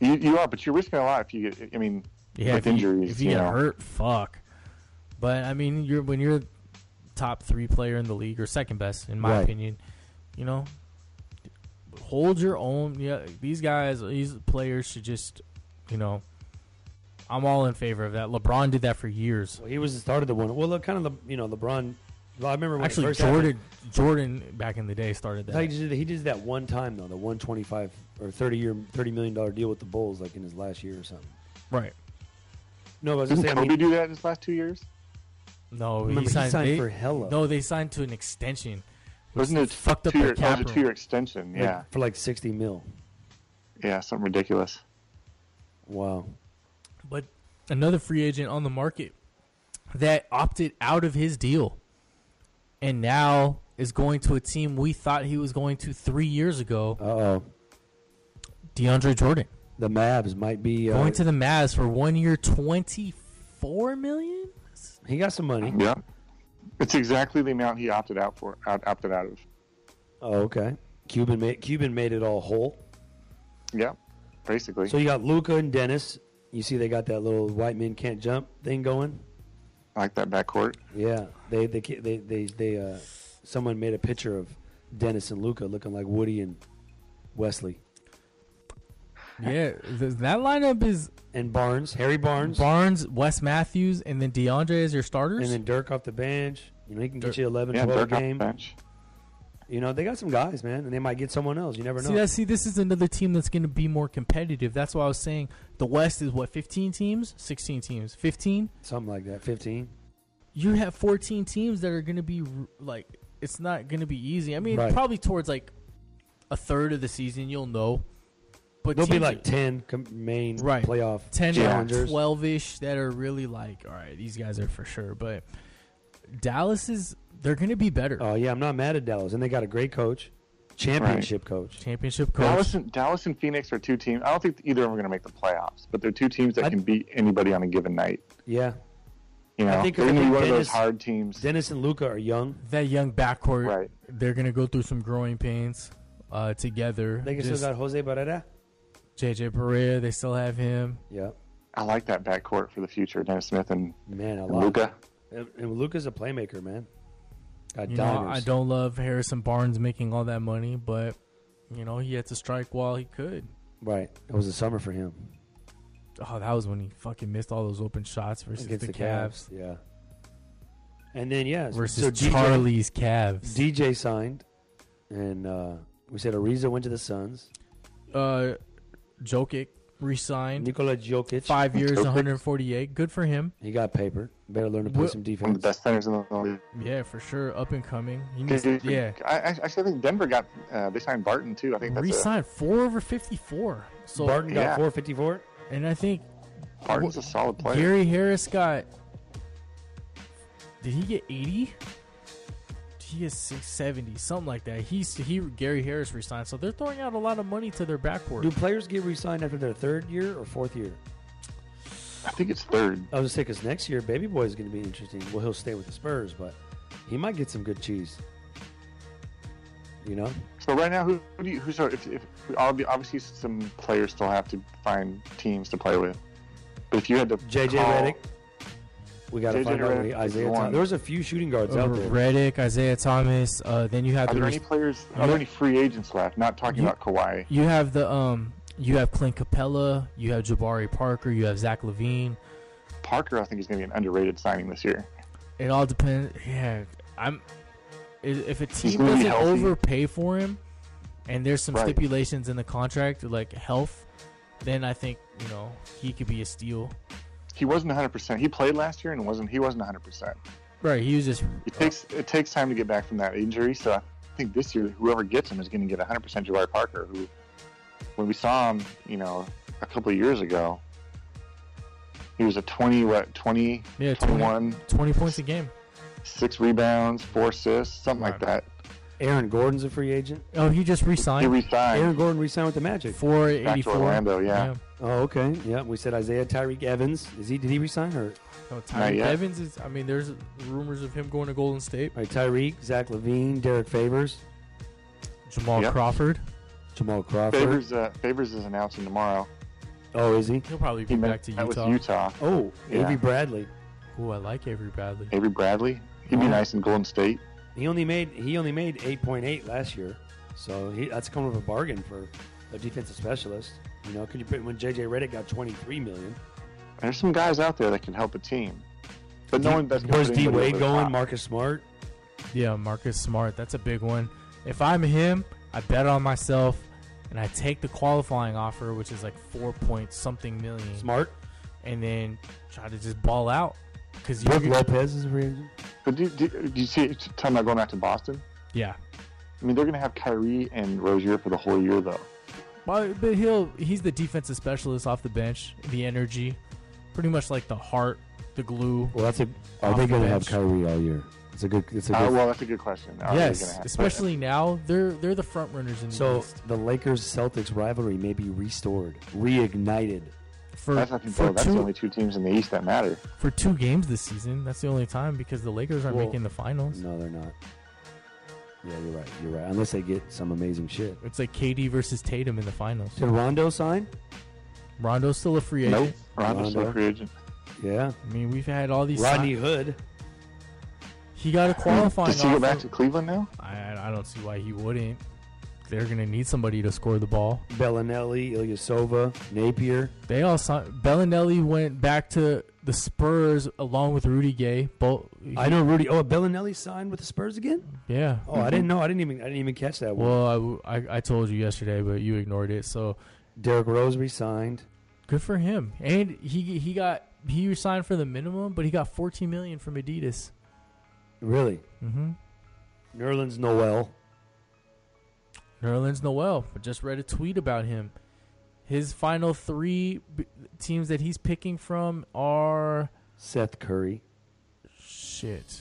Speaker 3: You, you are, but you're risking a lot if you get. I mean,
Speaker 2: Yeah,
Speaker 3: with
Speaker 2: if
Speaker 3: injuries,
Speaker 2: You, if you,
Speaker 3: you
Speaker 2: get
Speaker 3: know.
Speaker 2: hurt, fuck. But I mean, you're when you're top three player in the league or second best, in my
Speaker 1: Right.
Speaker 2: opinion, you know, hold your own. Yeah, these guys, these players should just, you know, I'm all in favor of that. LeBron did that for years.
Speaker 1: Well, he was the start of the one. Well, look, kind of the you know LeBron. Well, I remember when it
Speaker 2: Actually,
Speaker 1: first
Speaker 2: Jordan, Jordan back in the day started
Speaker 1: happened.
Speaker 2: that.
Speaker 1: He did, he did that one time though, the one twenty five or thirty year, thirty million dollar deal with the Bulls, like in his last year or something.
Speaker 2: Right?
Speaker 1: No, but I was just
Speaker 3: Didn't
Speaker 1: saying. I
Speaker 3: Kobe
Speaker 1: mean,
Speaker 3: do that in his last two years?
Speaker 2: No,
Speaker 1: remember
Speaker 2: he signed, they-
Speaker 1: for hella,
Speaker 2: No, they signed to an extension. which
Speaker 3: Wasn't it
Speaker 2: fucked up
Speaker 3: two
Speaker 2: their
Speaker 3: year, that
Speaker 2: cap
Speaker 3: was a
Speaker 2: room.
Speaker 3: two year extension?
Speaker 1: like,
Speaker 3: Yeah,
Speaker 1: for like sixty mil.
Speaker 3: yeah, something ridiculous.
Speaker 1: Wow.
Speaker 2: but another free agent on the market that opted out of his deal and now is going to a team we thought he was going to three years ago
Speaker 1: Uh oh.
Speaker 2: deandre jordan
Speaker 1: The Mavs might be uh,
Speaker 2: going to the mavs for one year 24 million
Speaker 1: He got some money.
Speaker 3: Yeah, it's exactly the amount he opted out for. Out, opted out of.
Speaker 1: Oh, okay. Cuban made Cuban made it all whole.
Speaker 3: Yeah, basically.
Speaker 1: So you got Luca and Dennis. You see, they got that little white men can't jump thing going.
Speaker 3: I like that backcourt.
Speaker 1: Yeah, they they ca- they they, they uh, someone made a picture of Dennis and Luca looking like Woody and Wesley
Speaker 2: yeah th- that lineup is
Speaker 1: and Barnes, Harry Barnes,
Speaker 2: barnes wes matthews and then deandre as your
Speaker 1: and
Speaker 2: starters
Speaker 1: then Dirk off the bench. You know, he can get
Speaker 2: Dirk.
Speaker 1: you 11,
Speaker 3: Yeah,
Speaker 1: 12
Speaker 3: Dirk
Speaker 1: a
Speaker 3: off the
Speaker 1: game.
Speaker 3: bench.
Speaker 1: You know, they got some guys, man, and they might get someone else. You never know.
Speaker 2: See, that, see, this is another team that's going to be more competitive. That's why I was saying the West is what 15 teams, 16 teams, 15.
Speaker 1: Something like that. Fifteen.
Speaker 2: you have 14 teams that are going to be r- like it's not going to be easy. I mean,
Speaker 1: Right.
Speaker 2: probably towards like a third of the season you'll know. But
Speaker 1: They'll be
Speaker 2: teams-
Speaker 1: like ten com- main
Speaker 2: Right.
Speaker 1: playoff
Speaker 2: 10
Speaker 1: challengers.
Speaker 2: 12 ish that are really like, all right, these guys are for sure, but Dallas is they're going to be better.
Speaker 1: Oh yeah, I'm not mad at Dallas, and they got a great coach, championship coach.
Speaker 2: Championship coach.
Speaker 3: Dallas and, Dallas and Phoenix are two teams. I don't think either of them are going to make the playoffs, but they're two teams that
Speaker 1: I-
Speaker 3: can beat anybody on a given night.
Speaker 1: Yeah,
Speaker 3: You know,
Speaker 1: think- I
Speaker 3: they're going to be
Speaker 1: think
Speaker 3: one of those
Speaker 1: Dennis-
Speaker 3: hard teams.
Speaker 1: Dennis and Luca are young.
Speaker 2: That young backcourt,
Speaker 3: Right.
Speaker 2: they're gonna go through some growing pains uh, together.
Speaker 1: They still
Speaker 2: Just
Speaker 1: got Jose Barrera.
Speaker 2: JJ Perea, they still have him.
Speaker 1: Yeah,
Speaker 3: I like that backcourt for the future. Dennis Smith and,
Speaker 1: man, I
Speaker 3: and
Speaker 1: love
Speaker 3: Luca.
Speaker 1: And, and Luca's a playmaker, man. Got
Speaker 2: You know, I
Speaker 1: dimers.
Speaker 2: don't love Harrison Barnes making all that money, but you know he had to strike while he could.
Speaker 1: Right, it was a summer for him
Speaker 2: Oh, that was when he fucking missed all those open shots versus
Speaker 1: against
Speaker 2: the,
Speaker 1: the,
Speaker 2: Cavs.
Speaker 1: Cavs. Yeah, and then yeah, so-
Speaker 2: Versus
Speaker 1: so DJ
Speaker 2: Charlie's Cavs.
Speaker 1: DJ signed, and uh, we said Ariza went to the Suns.
Speaker 2: uh, Jokic re-signed.
Speaker 1: Nikola Jokic,
Speaker 2: Five years,
Speaker 3: Jokic.
Speaker 2: 148. Good for him.
Speaker 1: he got paper. Better learn to play
Speaker 2: Well-
Speaker 1: some
Speaker 3: One of
Speaker 1: defense.
Speaker 3: the best centers in the league.
Speaker 2: Yeah, for sure. Up and coming. He
Speaker 3: Dude,
Speaker 2: missed,
Speaker 3: dude,
Speaker 2: yeah.
Speaker 3: I, I actually think Denver got uh, they signed Barton too. I think that's a,
Speaker 2: Re-signed four over 54. So
Speaker 1: Barton got
Speaker 3: Yeah.
Speaker 1: 454.
Speaker 2: and I think
Speaker 3: Barton's a solid player.
Speaker 2: Gary Harris got. Did he get 80? He gets 670, something like that. He's he Gary Harris resigned, so they're throwing out a lot of money to their
Speaker 1: Do
Speaker 2: backcourt.
Speaker 1: players get re-signed after their third year or fourth year?
Speaker 3: I think it's third.
Speaker 1: I was sick because next year, Baby Boy is going to be interesting. Well, he'll stay with the Spurs, but he might get some good cheese. You know,
Speaker 3: So right now, who, who do you who's if, if obvi- obviously some players still have to find teams to play with, but if you had to
Speaker 1: JJ
Speaker 3: call-
Speaker 1: Redick. We got to
Speaker 3: JJ
Speaker 1: find out.
Speaker 3: Redick
Speaker 1: where Isaiah.
Speaker 3: is
Speaker 1: Thomas.
Speaker 3: one.
Speaker 1: There was a few shooting guards out there.
Speaker 2: Reddick, Isaiah Thomas. Uh, then you have
Speaker 3: are
Speaker 2: the
Speaker 3: there
Speaker 2: res-
Speaker 3: any players? Are there any free agents left? Not talking
Speaker 2: You-
Speaker 3: about Kawhi.
Speaker 2: You have the um, you have Clint Capella, you have Jabari Parker, you have Zach Levine.
Speaker 3: Parker, I think is going to be an underrated signing this year.
Speaker 2: It all depends. Yeah, I'm. i- If a team
Speaker 3: gonna be
Speaker 2: doesn't
Speaker 3: healthy.
Speaker 2: overpay for him, and there's some
Speaker 3: Right.
Speaker 2: stipulations in the contract like health, then I think you know he could be a steal.
Speaker 3: He wasn't 100. percent He played last year and wasn't. He wasn't 100. percent
Speaker 2: Right, he was just
Speaker 3: It takes it takes time to get back from that injury. So I think this year, whoever gets him is going to get 100 percent Jabari Parker. Who, when we saw him, you know, a couple of years ago, he was a 20 what 20
Speaker 2: yeah 20,
Speaker 3: 21
Speaker 2: 20 points a game.
Speaker 3: six rebounds, four assists, something like that.
Speaker 1: Aaron Gordon's a free agent.
Speaker 2: Oh, he just
Speaker 3: He
Speaker 2: resigned
Speaker 1: Aaron
Speaker 3: resigned
Speaker 1: Gordon re-signed with the Magic.
Speaker 2: for
Speaker 3: back
Speaker 2: eighty
Speaker 3: to
Speaker 2: four.
Speaker 3: Orlando. Yeah,
Speaker 1: Oh, okay. Yeah, we said Isaiah Tyreek Evans. Is he? Did he resign or?
Speaker 2: No, Tyreek
Speaker 3: yet.
Speaker 2: Oh, Evans is. I mean, there's rumors of him going to Golden State.
Speaker 1: All right, Tyreek, Zach Levine, Derek Favors,
Speaker 2: Jamal
Speaker 3: Yep.
Speaker 2: Crawford.
Speaker 1: Jamal Crawford.
Speaker 3: Favors uh, Favors is announcing tomorrow.
Speaker 1: Oh, is he?
Speaker 2: He'll probably
Speaker 3: He
Speaker 2: be back
Speaker 3: meant-
Speaker 2: to
Speaker 3: that was
Speaker 2: Utah.
Speaker 3: Utah.
Speaker 1: Oh,
Speaker 3: Yeah.
Speaker 1: Avery Bradley.
Speaker 2: Ooh, I like Avery Bradley.
Speaker 3: Avery Bradley. He'd be
Speaker 1: Oh.
Speaker 3: nice in Golden State.
Speaker 1: He only made he only made eight point eight last year, so he, that's kind of a bargain for a defensive specialist. You know, could you put when JJ Redick got twenty three million?
Speaker 3: There's some guys out there that can help a team, but no one that's gonna
Speaker 1: Where's
Speaker 3: put
Speaker 1: D
Speaker 3: anybody
Speaker 1: Wade
Speaker 3: over the
Speaker 1: going?
Speaker 3: top.
Speaker 1: Marcus Smart.
Speaker 2: Yeah, Marcus Smart. That's a big one. If I'm him, I bet on myself and I take the qualifying offer, which is like four point something million,
Speaker 1: Smart.
Speaker 2: and then try to just ball out. Because
Speaker 1: Brooke
Speaker 2: you,
Speaker 1: Lopez is a free agent.
Speaker 3: But do, do, do you see? Talking about going back to Boston.
Speaker 2: yeah,
Speaker 3: I mean, they're going to have Kyrie and Rozier for the whole year, though.
Speaker 2: but, but he'll he's the defensive specialist off the bench, the energy, pretty much like the heart, the glue.
Speaker 1: Well, that's a.
Speaker 2: Off the
Speaker 1: gonna
Speaker 2: bench.
Speaker 1: Kyrie all year? It's a good. It's a
Speaker 3: Uh, well, that's a good question. Are they gonna
Speaker 2: yes,
Speaker 3: have-
Speaker 2: especially now they're they're the front runners in the
Speaker 1: so
Speaker 2: East
Speaker 1: the Lakers Celtics rivalry may be restored, reignited.
Speaker 2: for
Speaker 3: That's, I think,
Speaker 2: for
Speaker 3: that's
Speaker 2: two
Speaker 3: the only two teams in the East that matter.
Speaker 2: for two games this season. That's the only time because the Lakers aren't
Speaker 1: Well,
Speaker 2: making the finals.
Speaker 1: No, they're not. Yeah, you're right. You're right. Unless they get some amazing shit.
Speaker 2: It's like KD versus Tatum in the finals.
Speaker 1: Did Rondo sign?
Speaker 2: Rondo's still a free agent.
Speaker 3: Nope. Rondo's still
Speaker 1: Rondo.
Speaker 3: a free agent.
Speaker 1: Yeah.
Speaker 2: I mean, we've had all these.
Speaker 1: Rodney
Speaker 2: Rodney.
Speaker 1: Hood.
Speaker 2: He got a qualifying
Speaker 3: Does he go
Speaker 2: offer.
Speaker 3: back to Cleveland now?
Speaker 2: I, I don't see why he wouldn't. They're gonna need somebody to score the ball.
Speaker 1: Bellinelli, Ilyasova, Napier.
Speaker 2: They all signed. Bellinelli went back to the Spurs along with Rudy Gay. Both.
Speaker 1: I know Rudy. Oh, Bellinelli signed with the Spurs again.
Speaker 2: Yeah.
Speaker 1: Oh, I didn't know. I didn't even. I didn't even catch that one.
Speaker 2: Well, I w- I, I told you yesterday, but you ignored it. So
Speaker 1: Derek Rose resigned.
Speaker 2: good for him. And he he got he signed for the minimum, but he got 14 million from Adidas.
Speaker 1: Really.
Speaker 2: Mm-hmm.
Speaker 1: Nerlens Noel.
Speaker 2: Nerlens Noel. I just read a tweet about him. His final three b- teams that he's picking from are
Speaker 1: Seth Curry.
Speaker 2: shit.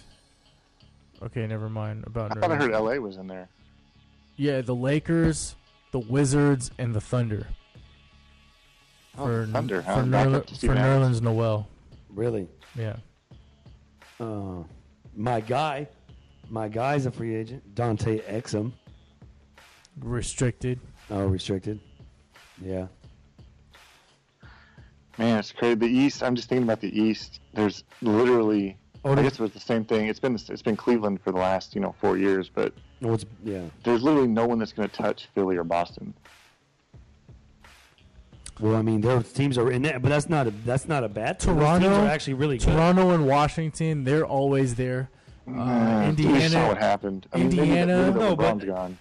Speaker 2: Okay, never mind about
Speaker 3: I thought I
Speaker 2: Nerlens.
Speaker 3: heard LA was in there.
Speaker 2: Yeah, the Lakers, the Wizards, and the Thunder
Speaker 3: Oh,
Speaker 2: for
Speaker 3: Thunder, huh?
Speaker 2: for,
Speaker 3: Back up
Speaker 2: Nerl-
Speaker 3: to
Speaker 2: for
Speaker 3: Steve Nash.
Speaker 2: Nerlens Noel.
Speaker 1: Really.
Speaker 2: Yeah,
Speaker 1: Uh, my guy, my guy's a free agent. Dante Exum,
Speaker 2: Restricted.
Speaker 1: oh restricted. Yeah,
Speaker 3: Man, it's crazy. The East. I'm just thinking about the East. There's literally.
Speaker 1: Oh,
Speaker 3: I
Speaker 1: no.
Speaker 3: guess it was the same thing. It's been it's been Cleveland for the last you know four years, but
Speaker 1: no, it's yeah.
Speaker 3: there's literally no one that's going to touch Philly or Boston.
Speaker 1: Well, I mean, their teams are in that, but that's not a that's not a bad. thing. Those teams
Speaker 2: Toronto-
Speaker 1: are actually really good.
Speaker 2: Toronto and Washington, they're always there. Uh,
Speaker 3: You saw what
Speaker 2: Indiana,
Speaker 3: happened. I mean, maybe that-
Speaker 2: Indiana-
Speaker 3: maybe that
Speaker 1: No, but-
Speaker 3: LeBron's gone.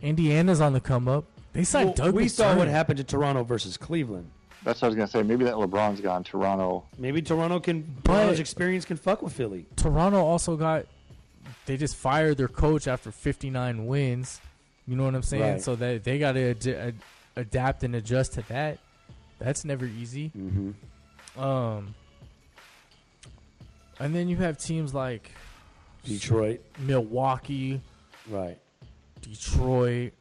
Speaker 2: Indiana's on the come up. They signed
Speaker 1: Well,
Speaker 2: Doug.
Speaker 1: we saw what
Speaker 2: McDermott.
Speaker 1: happened to Toronto versus Cleveland.
Speaker 3: That's what I was going to say. Maybe that LeBron's gone. Toronto.
Speaker 1: Maybe Toronto can
Speaker 2: But-
Speaker 1: Toronto's experience can fuck with Philly.
Speaker 2: Toronto also got they just fired their coach after 59 wins. You know what I'm saying?
Speaker 1: Right.
Speaker 2: So that they got to ad- ad- adapt and adjust to that. That's never easy.
Speaker 1: Mm-hmm.
Speaker 2: Um and then you have teams like
Speaker 1: Detroit,
Speaker 2: Milwaukee,
Speaker 1: right?
Speaker 2: Detroit,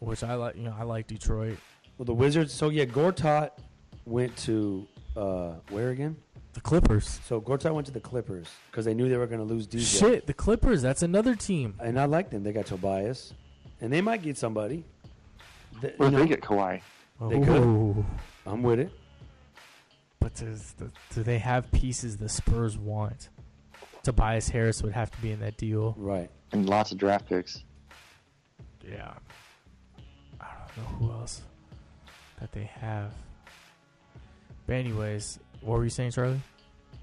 Speaker 2: which I like, you know, I like Detroit.
Speaker 1: Well, the Wizards. So yeah, Gortat went to uh, where again?
Speaker 2: The Clippers.
Speaker 1: So Gortat went to the Clippers because they knew they were going to lose DJ.
Speaker 2: Shit, the Clippers, that's another team.
Speaker 1: And I like them. They got Tobias, and they might get somebody. Th-
Speaker 3: Where
Speaker 1: you
Speaker 3: did
Speaker 1: know,
Speaker 3: they get Kawhi?
Speaker 1: They could.
Speaker 2: Ooh.
Speaker 1: I'm with it.
Speaker 2: But does the, do they have pieces the Spurs want? Tobias Harris would have to be in that deal.
Speaker 1: Right.
Speaker 3: And lots of draft picks.
Speaker 2: Yeah. I don't know who else that they have. But anyways, what were you saying, Charlie?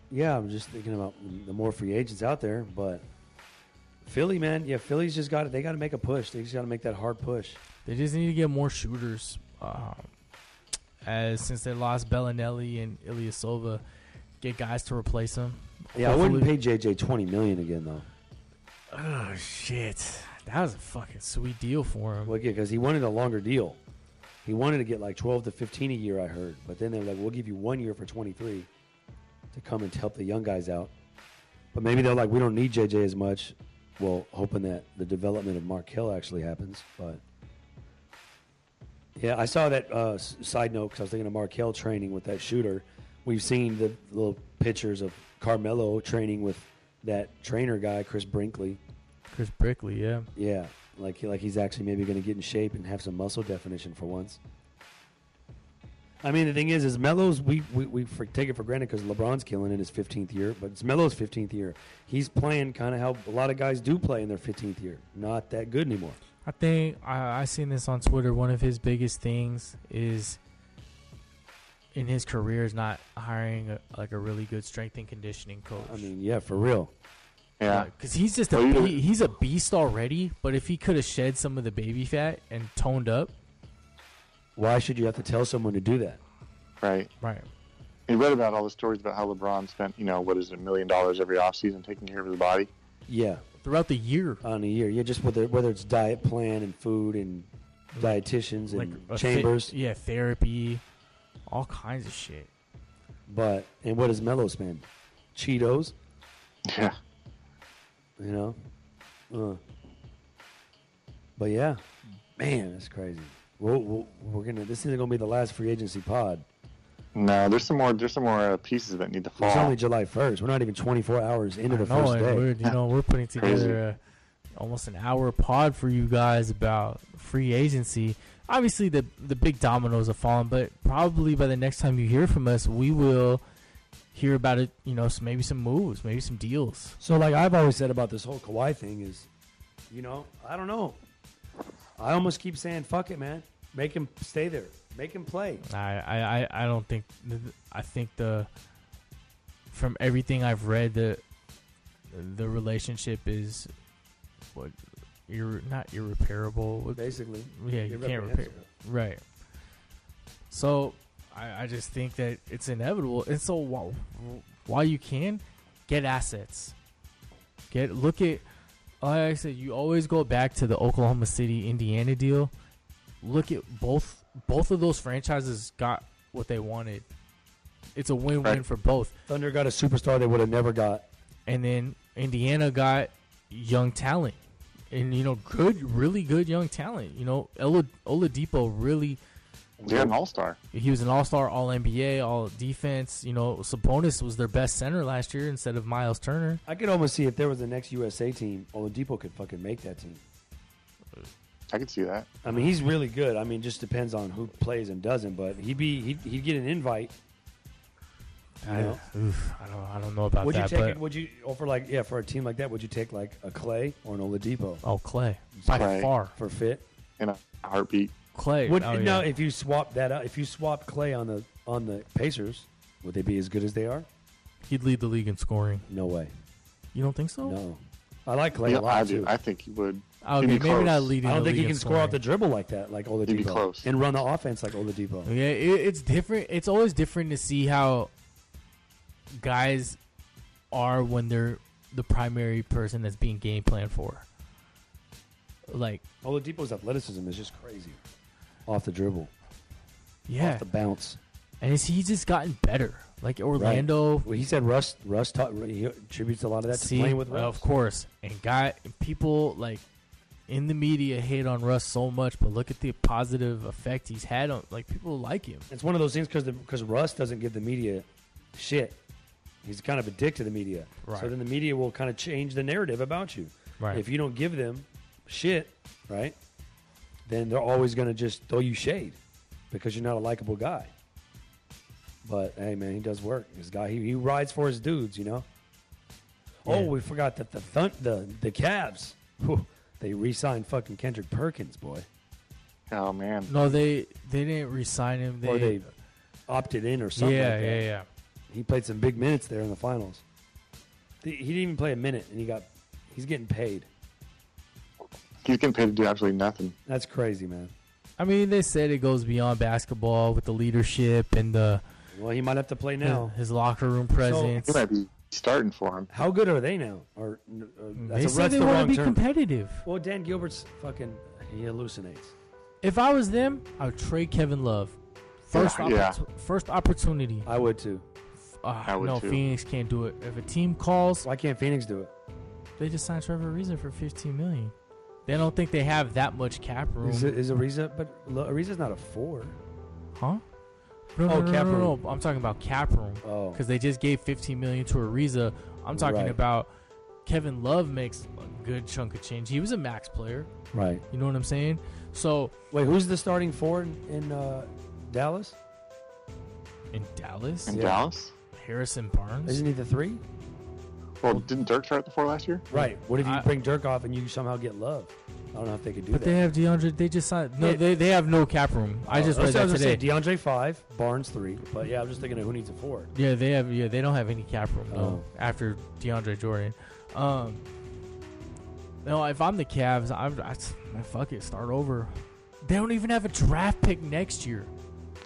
Speaker 1: Yeah, I'm just thinking about the more free agents out there, but Philly, man, yeah, Philly's just got it. They got to make a push. They just got to make that hard push.
Speaker 2: They just need to get more shooters. Um, as since they lost Bellinelli and Ilyasova, get guys to replace them.
Speaker 1: Yeah, I wouldn't pay JJ 20 million again though.
Speaker 2: Oh shit, that was a fucking sweet deal for him.
Speaker 1: Well, yeah, because he wanted a longer deal. He wanted to get like 12 to 15 a year, I heard. But then they're like, we'll give you one year for 23 to come and help the young guys out. But maybe they're like, we don't need JJ as much. Well, hoping that the development of Mark Hill actually happens. But yeah, I saw that uh, s- side note because I was thinking of Mark Hill training with that shooter. We've seen the little pictures of Carmelo training with that trainer guy, Chris Brinkley.
Speaker 2: Chris Brickley, yeah.
Speaker 1: Yeah, like like he's actually maybe going to get in shape and have some muscle definition for once. I mean, the thing is, is Melo's we we, we for, take it for granted because LeBron's killing in his 15th year, but it's Melo's 15th year. He's playing kind of how a lot of guys do play in their 15th year, not that good anymore.
Speaker 2: I think I, I seen this on Twitter. One of his biggest things is in his career is not hiring a, like a really good strength and conditioning coach.
Speaker 1: I mean, yeah, for real.
Speaker 3: Yeah.
Speaker 2: because he's just a
Speaker 3: Well, you know-
Speaker 2: be- he's a beast already. But if he could have shed some of the baby fat and toned up,
Speaker 1: Why should you have to tell someone to do that?
Speaker 3: Right.
Speaker 2: right?
Speaker 3: We read about all the stories about how LeBron spent, you know, what is it, a million dollars every offseason taking care of his body.
Speaker 1: Yeah,
Speaker 2: Throughout the year,
Speaker 3: Uh,
Speaker 1: on a year. Yeah, just whether whether it's diet plan and food and dietitians
Speaker 2: like
Speaker 1: and
Speaker 2: a fit-
Speaker 1: chambers,
Speaker 2: yeah, therapy, all kinds of shit.
Speaker 1: but and what does Melo spend? Cheetos.
Speaker 3: Yeah.
Speaker 1: you know. Uh. But yeah, man, that's crazy. We'll, we'll, we're gonna. This isn't gonna be the last free agency pod.
Speaker 3: No, there's some more. There's some more uh, pieces that need to fall.
Speaker 1: It's only July first. We're not even 24 hours into the
Speaker 2: I know,
Speaker 1: first
Speaker 2: and We're,
Speaker 1: day.
Speaker 2: you know, we're
Speaker 1: *laughs*
Speaker 2: putting together a, almost an hour pod for you guys about free agency. Obviously, the the big dominoes have fallen, but probably by the next time you hear from us, we will hear about it. You know, s- maybe some moves, maybe some deals.
Speaker 1: So, like I've always said about this whole Kawhi thing is, you know, I don't know. I almost keep saying, "Fuck it, man. Make him stay there. Make him play."
Speaker 2: I I, I, I don't think I think the from everything I've read the the relationship is what you're not irreparable. What-
Speaker 1: Basically,
Speaker 2: Yeah, you can't repair.
Speaker 1: Irreprehensible.
Speaker 2: Right. So I, I just think that it's inevitable. And so while, while you can, get assets. Get look at like I said, you always go back to the Oklahoma City Indiana deal. Look at both both of those franchises got what they wanted. It's a win win
Speaker 3: Right.
Speaker 2: for both.
Speaker 1: Thunder got a superstar they would have never got.
Speaker 2: And then Indiana got young talent. And you know, good, really good young talent. You know, Ola, Oladipo really
Speaker 3: Yeah, an all star.
Speaker 2: He was an All Star, All NBA, All Defense. You know, Sabonis was their best center last year instead of Miles Turner.
Speaker 1: I could almost see if there was the next USA team, Oladipo could fucking make that team.
Speaker 3: I could see that.
Speaker 1: I mean, he's really good. I mean, just depends on who plays and doesn't, but he'd be he'd, he'd get an invite. you
Speaker 2: I,
Speaker 1: know?
Speaker 2: oof, I don't, I don't know about
Speaker 1: Would you
Speaker 2: that.
Speaker 1: take?
Speaker 2: but
Speaker 1: Would you or for like yeah for a team like that? Would you take like a Clay or an Oladipo
Speaker 2: oh, Clay by
Speaker 3: Clay.
Speaker 2: far,
Speaker 1: for fit?
Speaker 3: In a heartbeat.
Speaker 2: Clay.
Speaker 1: Would
Speaker 2: oh, yeah.
Speaker 1: no? If you swap that out, if you swap Clay on the on the Pacers, would they be as good as they are?
Speaker 2: He'd lead the league in scoring.
Speaker 1: No way.
Speaker 2: You don't think so?
Speaker 1: No, I like Clay a
Speaker 3: Yeah,
Speaker 1: lot
Speaker 3: I
Speaker 1: too.
Speaker 3: do. I think he would.
Speaker 2: Okay,
Speaker 3: He'd be
Speaker 2: maybe
Speaker 3: close.
Speaker 2: not leading.
Speaker 1: I don't
Speaker 2: the
Speaker 1: think he
Speaker 2: league in
Speaker 1: can score off
Speaker 2: scoring.
Speaker 1: the dribble like that, like Oladipo,
Speaker 3: be close.
Speaker 1: and run the offense like Oladipo.
Speaker 2: Yeah, it, it's different. It's always different to see how guys are when they're the primary person that's being game planned for. Like,
Speaker 1: Oladipo's athleticism is just crazy, off the dribble,
Speaker 2: yeah,
Speaker 1: off the bounce.
Speaker 2: and it's, he's just gotten better. Like Orlando,
Speaker 1: Well, he said Russ. Russ taught, he attributes a lot of that
Speaker 2: see,
Speaker 1: to playing with Russ.
Speaker 2: of course, and guy people like in the media hate on Russ so much, but look at the positive effect he's had on. Like people like him.
Speaker 1: It's one of those things because because Russ doesn't give the media shit. He's kind of a dick to the media.
Speaker 2: Right.
Speaker 1: So then the media will kind of change the narrative about you.
Speaker 2: Right.
Speaker 1: If you don't give them shit, right, then they're always going to just throw you shade because you're not a likable guy. But hey, man, he does work. This guy, he, he rides for his dudes, you know. Oh,
Speaker 2: Yeah.
Speaker 1: we forgot that the thun the the Cavs, whew, they re-signed fucking Kendrick Perkins, boy,
Speaker 3: Oh man,
Speaker 2: No, they they didn't resign him. They,
Speaker 1: or they opted in or something.
Speaker 2: yeah,
Speaker 1: like that.
Speaker 2: yeah, yeah.
Speaker 1: He played some big minutes there in the finals. He he didn't even play a minute, and he got he's getting paid.
Speaker 3: he's getting paid to do absolutely nothing.
Speaker 1: That's crazy, man.
Speaker 2: I mean, they said it goes beyond basketball with the leadership and the
Speaker 1: Well, he might have to play now.
Speaker 2: his, locker room presence.
Speaker 3: He might be starting for him.
Speaker 1: How good are they now? Or, n- or
Speaker 2: Mm, they
Speaker 1: that's, a,
Speaker 2: said
Speaker 1: that's
Speaker 2: they
Speaker 1: the
Speaker 2: want to
Speaker 1: wrong
Speaker 2: be
Speaker 1: term.
Speaker 2: competitive.
Speaker 1: well, Dan Gilbert's fucking he hallucinates.
Speaker 2: If I was them, I would trade Kevin Love. First,
Speaker 3: Yeah.
Speaker 2: oppor- first opportunity.
Speaker 1: I would too.
Speaker 2: Ah,
Speaker 3: I would
Speaker 2: no,
Speaker 3: too.
Speaker 2: Phoenix can't do it. If a team calls,
Speaker 1: Why can't Phoenix do it?
Speaker 2: they just signed Trevor Ariza for fifteen million. They don't think they have that much cap room,
Speaker 1: Is, is Ariza? But Lo- Ariza's not a four.
Speaker 2: huh? No, no,
Speaker 1: Oh,
Speaker 2: no,
Speaker 1: cap
Speaker 2: no, no,
Speaker 1: room.
Speaker 2: no. I'm talking about cap room
Speaker 1: Oh,
Speaker 2: because they just gave fifteen million to Ariza. I'm talking
Speaker 1: Right.
Speaker 2: about Kevin Love makes a good chunk of change. He was a max player.
Speaker 1: right.
Speaker 2: You know what I'm saying? So
Speaker 1: Wait, who's the starting four in, in uh, Dallas?
Speaker 2: in Dallas,
Speaker 3: In
Speaker 1: Yeah.
Speaker 3: Dallas?
Speaker 2: Harrison Barnes.
Speaker 1: Isn't he the three?
Speaker 3: Well, didn't Dirk start the four last year?
Speaker 1: Right. What if you
Speaker 2: I-
Speaker 1: bring Dirk off and you somehow get Love? I don't know if they could do
Speaker 2: But
Speaker 1: that.
Speaker 2: they have DeAndre. They just signed. No, they, they have no cap room. I just
Speaker 1: Oh, that's what
Speaker 2: read that
Speaker 1: was gonna
Speaker 2: today.
Speaker 1: Say, DeAndre five, Barnes three. But yeah, I'm just thinking of who needs a four.
Speaker 2: yeah, they have. Yeah, they don't have any cap room though.
Speaker 1: Oh.
Speaker 2: After DeAndre Jordan, um, no. If I'm the Cavs, I'm. I, man, fuck it. Start over. They don't even have a draft pick next year.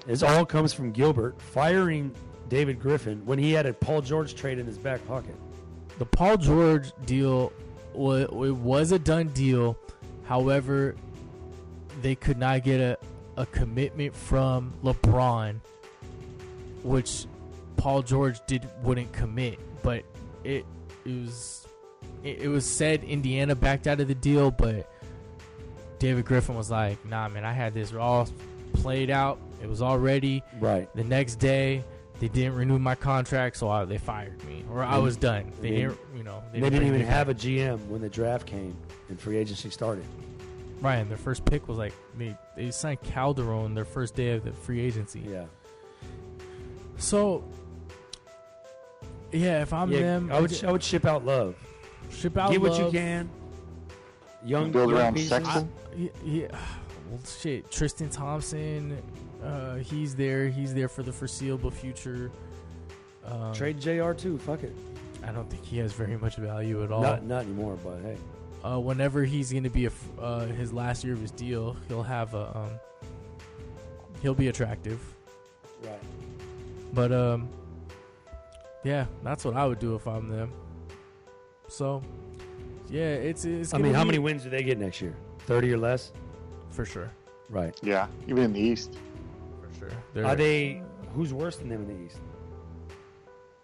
Speaker 1: This all comes from Gilbert firing David Griffin when he had a Paul George trade in his back pocket.
Speaker 2: The Paul George deal was it was a done deal. However, they could not get a, a commitment from LeBron, which Paul George did wouldn't commit. But it, it was it, it was said Indiana backed out of the deal, but David Griffin was like, "Nah, man, I had this all played out. It was all ready."
Speaker 1: Right.
Speaker 2: The next day, they didn't renew my contract, so I, they fired me, or I was done. They
Speaker 1: They-
Speaker 2: didn't, you know,
Speaker 1: They didn't even have
Speaker 2: it.
Speaker 1: a GM when the draft came and free agency started.
Speaker 2: Right, and their first pick was like they they signed Calderon their first day of the free agency.
Speaker 1: Yeah.
Speaker 2: So, yeah, if I'm
Speaker 1: yeah
Speaker 2: them,
Speaker 1: I would I would ship out Love.
Speaker 2: ship out.
Speaker 1: Get what you
Speaker 2: Love.
Speaker 1: can. Young
Speaker 3: Build
Speaker 1: young
Speaker 3: around
Speaker 1: pieces.
Speaker 3: Sexton.
Speaker 2: Yeah, yeah. *sighs* Well, shit, Tristan Thompson, uh, he's there. He's there for the foreseeable future. Um,
Speaker 1: Trade Jr. too. Fuck it.
Speaker 2: I don't think he has very much value at all.
Speaker 1: Not not anymore. But hey,
Speaker 2: uh, whenever he's going to be a f uh, his last year of his deal, he'll have a um, he'll be attractive.
Speaker 1: right.
Speaker 2: But um, yeah, that's what I would do if I'm them. So yeah, it's it's.
Speaker 1: I
Speaker 2: gonna
Speaker 1: mean, how
Speaker 2: be-
Speaker 1: many wins do they get next year? Thirty or less.
Speaker 2: for sure?
Speaker 1: Right.
Speaker 3: Yeah, even in the East.
Speaker 2: For sure. They're,
Speaker 1: Are they? Who's worse than them in the East?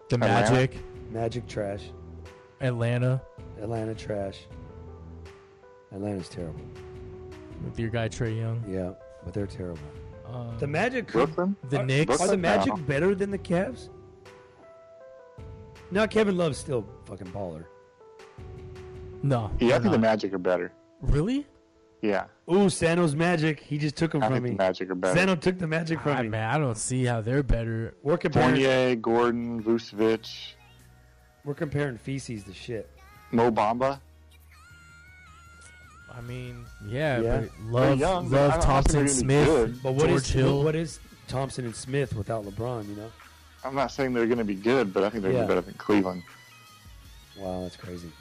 Speaker 2: the
Speaker 3: Atlanta?
Speaker 2: Magic,
Speaker 1: Magic trash.
Speaker 2: Atlanta,
Speaker 1: Atlanta trash. Atlanta's terrible.
Speaker 2: with your guy Trey Young?
Speaker 1: Yeah, but they're terrible.
Speaker 2: Um,
Speaker 1: The Magic could
Speaker 3: Brooklyn?
Speaker 2: the
Speaker 1: Are-
Speaker 2: Knicks.
Speaker 1: Are the
Speaker 3: Brooklyn?
Speaker 1: Magic
Speaker 3: No.
Speaker 1: better than the Cavs? No, Kevin Love's still fucking baller.
Speaker 2: no.
Speaker 3: Yeah, I
Speaker 2: they're
Speaker 3: think the
Speaker 2: not.
Speaker 3: Magic are better.
Speaker 2: Really?
Speaker 3: Yeah,
Speaker 1: Ooh, Sano's Magic. He just took him
Speaker 3: I
Speaker 1: from
Speaker 3: think the
Speaker 1: me.
Speaker 3: Magic are better.
Speaker 1: Sano took the Magic from
Speaker 2: I,
Speaker 1: me.
Speaker 2: man, I don't see how they're better.
Speaker 1: We're comparing.
Speaker 3: Fournier, Gordon, Vucevic,
Speaker 1: We're comparing feces to shit.
Speaker 3: Mo Bamba.
Speaker 2: I mean, yeah,
Speaker 1: Yeah.
Speaker 2: but love,
Speaker 3: young, but I
Speaker 2: love
Speaker 3: don't- I don't think they're
Speaker 2: Thompson
Speaker 3: gonna be
Speaker 2: Smith,
Speaker 3: good.
Speaker 1: But what
Speaker 2: George
Speaker 1: is
Speaker 2: Hill.
Speaker 1: what is Thompson and Smith without LeBron? You know.
Speaker 3: I'm not saying they're going to be good, but I think they're gonna
Speaker 1: Yeah.
Speaker 3: be better than Cleveland.
Speaker 1: Wow, that's crazy.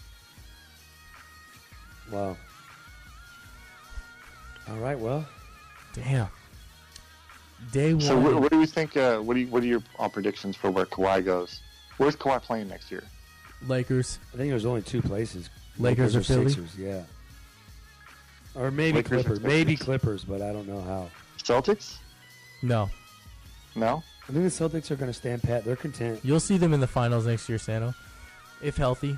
Speaker 1: Wow. All right. Well,
Speaker 2: Damn. Day one.
Speaker 3: So, what, what do you think? Uh, what do you, what are your all predictions for where Kawhi goes? Where's Kawhi playing next year?
Speaker 2: Lakers.
Speaker 1: I think there's only two places.
Speaker 2: Lakers or Philly?
Speaker 1: Sixers, yeah. Or maybe
Speaker 3: Lakers or
Speaker 1: Clippers. Maybe
Speaker 3: Sixers.
Speaker 1: Clippers, but I don't know how.
Speaker 3: Celtics?
Speaker 2: No.
Speaker 3: No.
Speaker 1: I think the Celtics are going to stand pat. They're content.
Speaker 2: You'll see them in the finals next year, Sano. If healthy,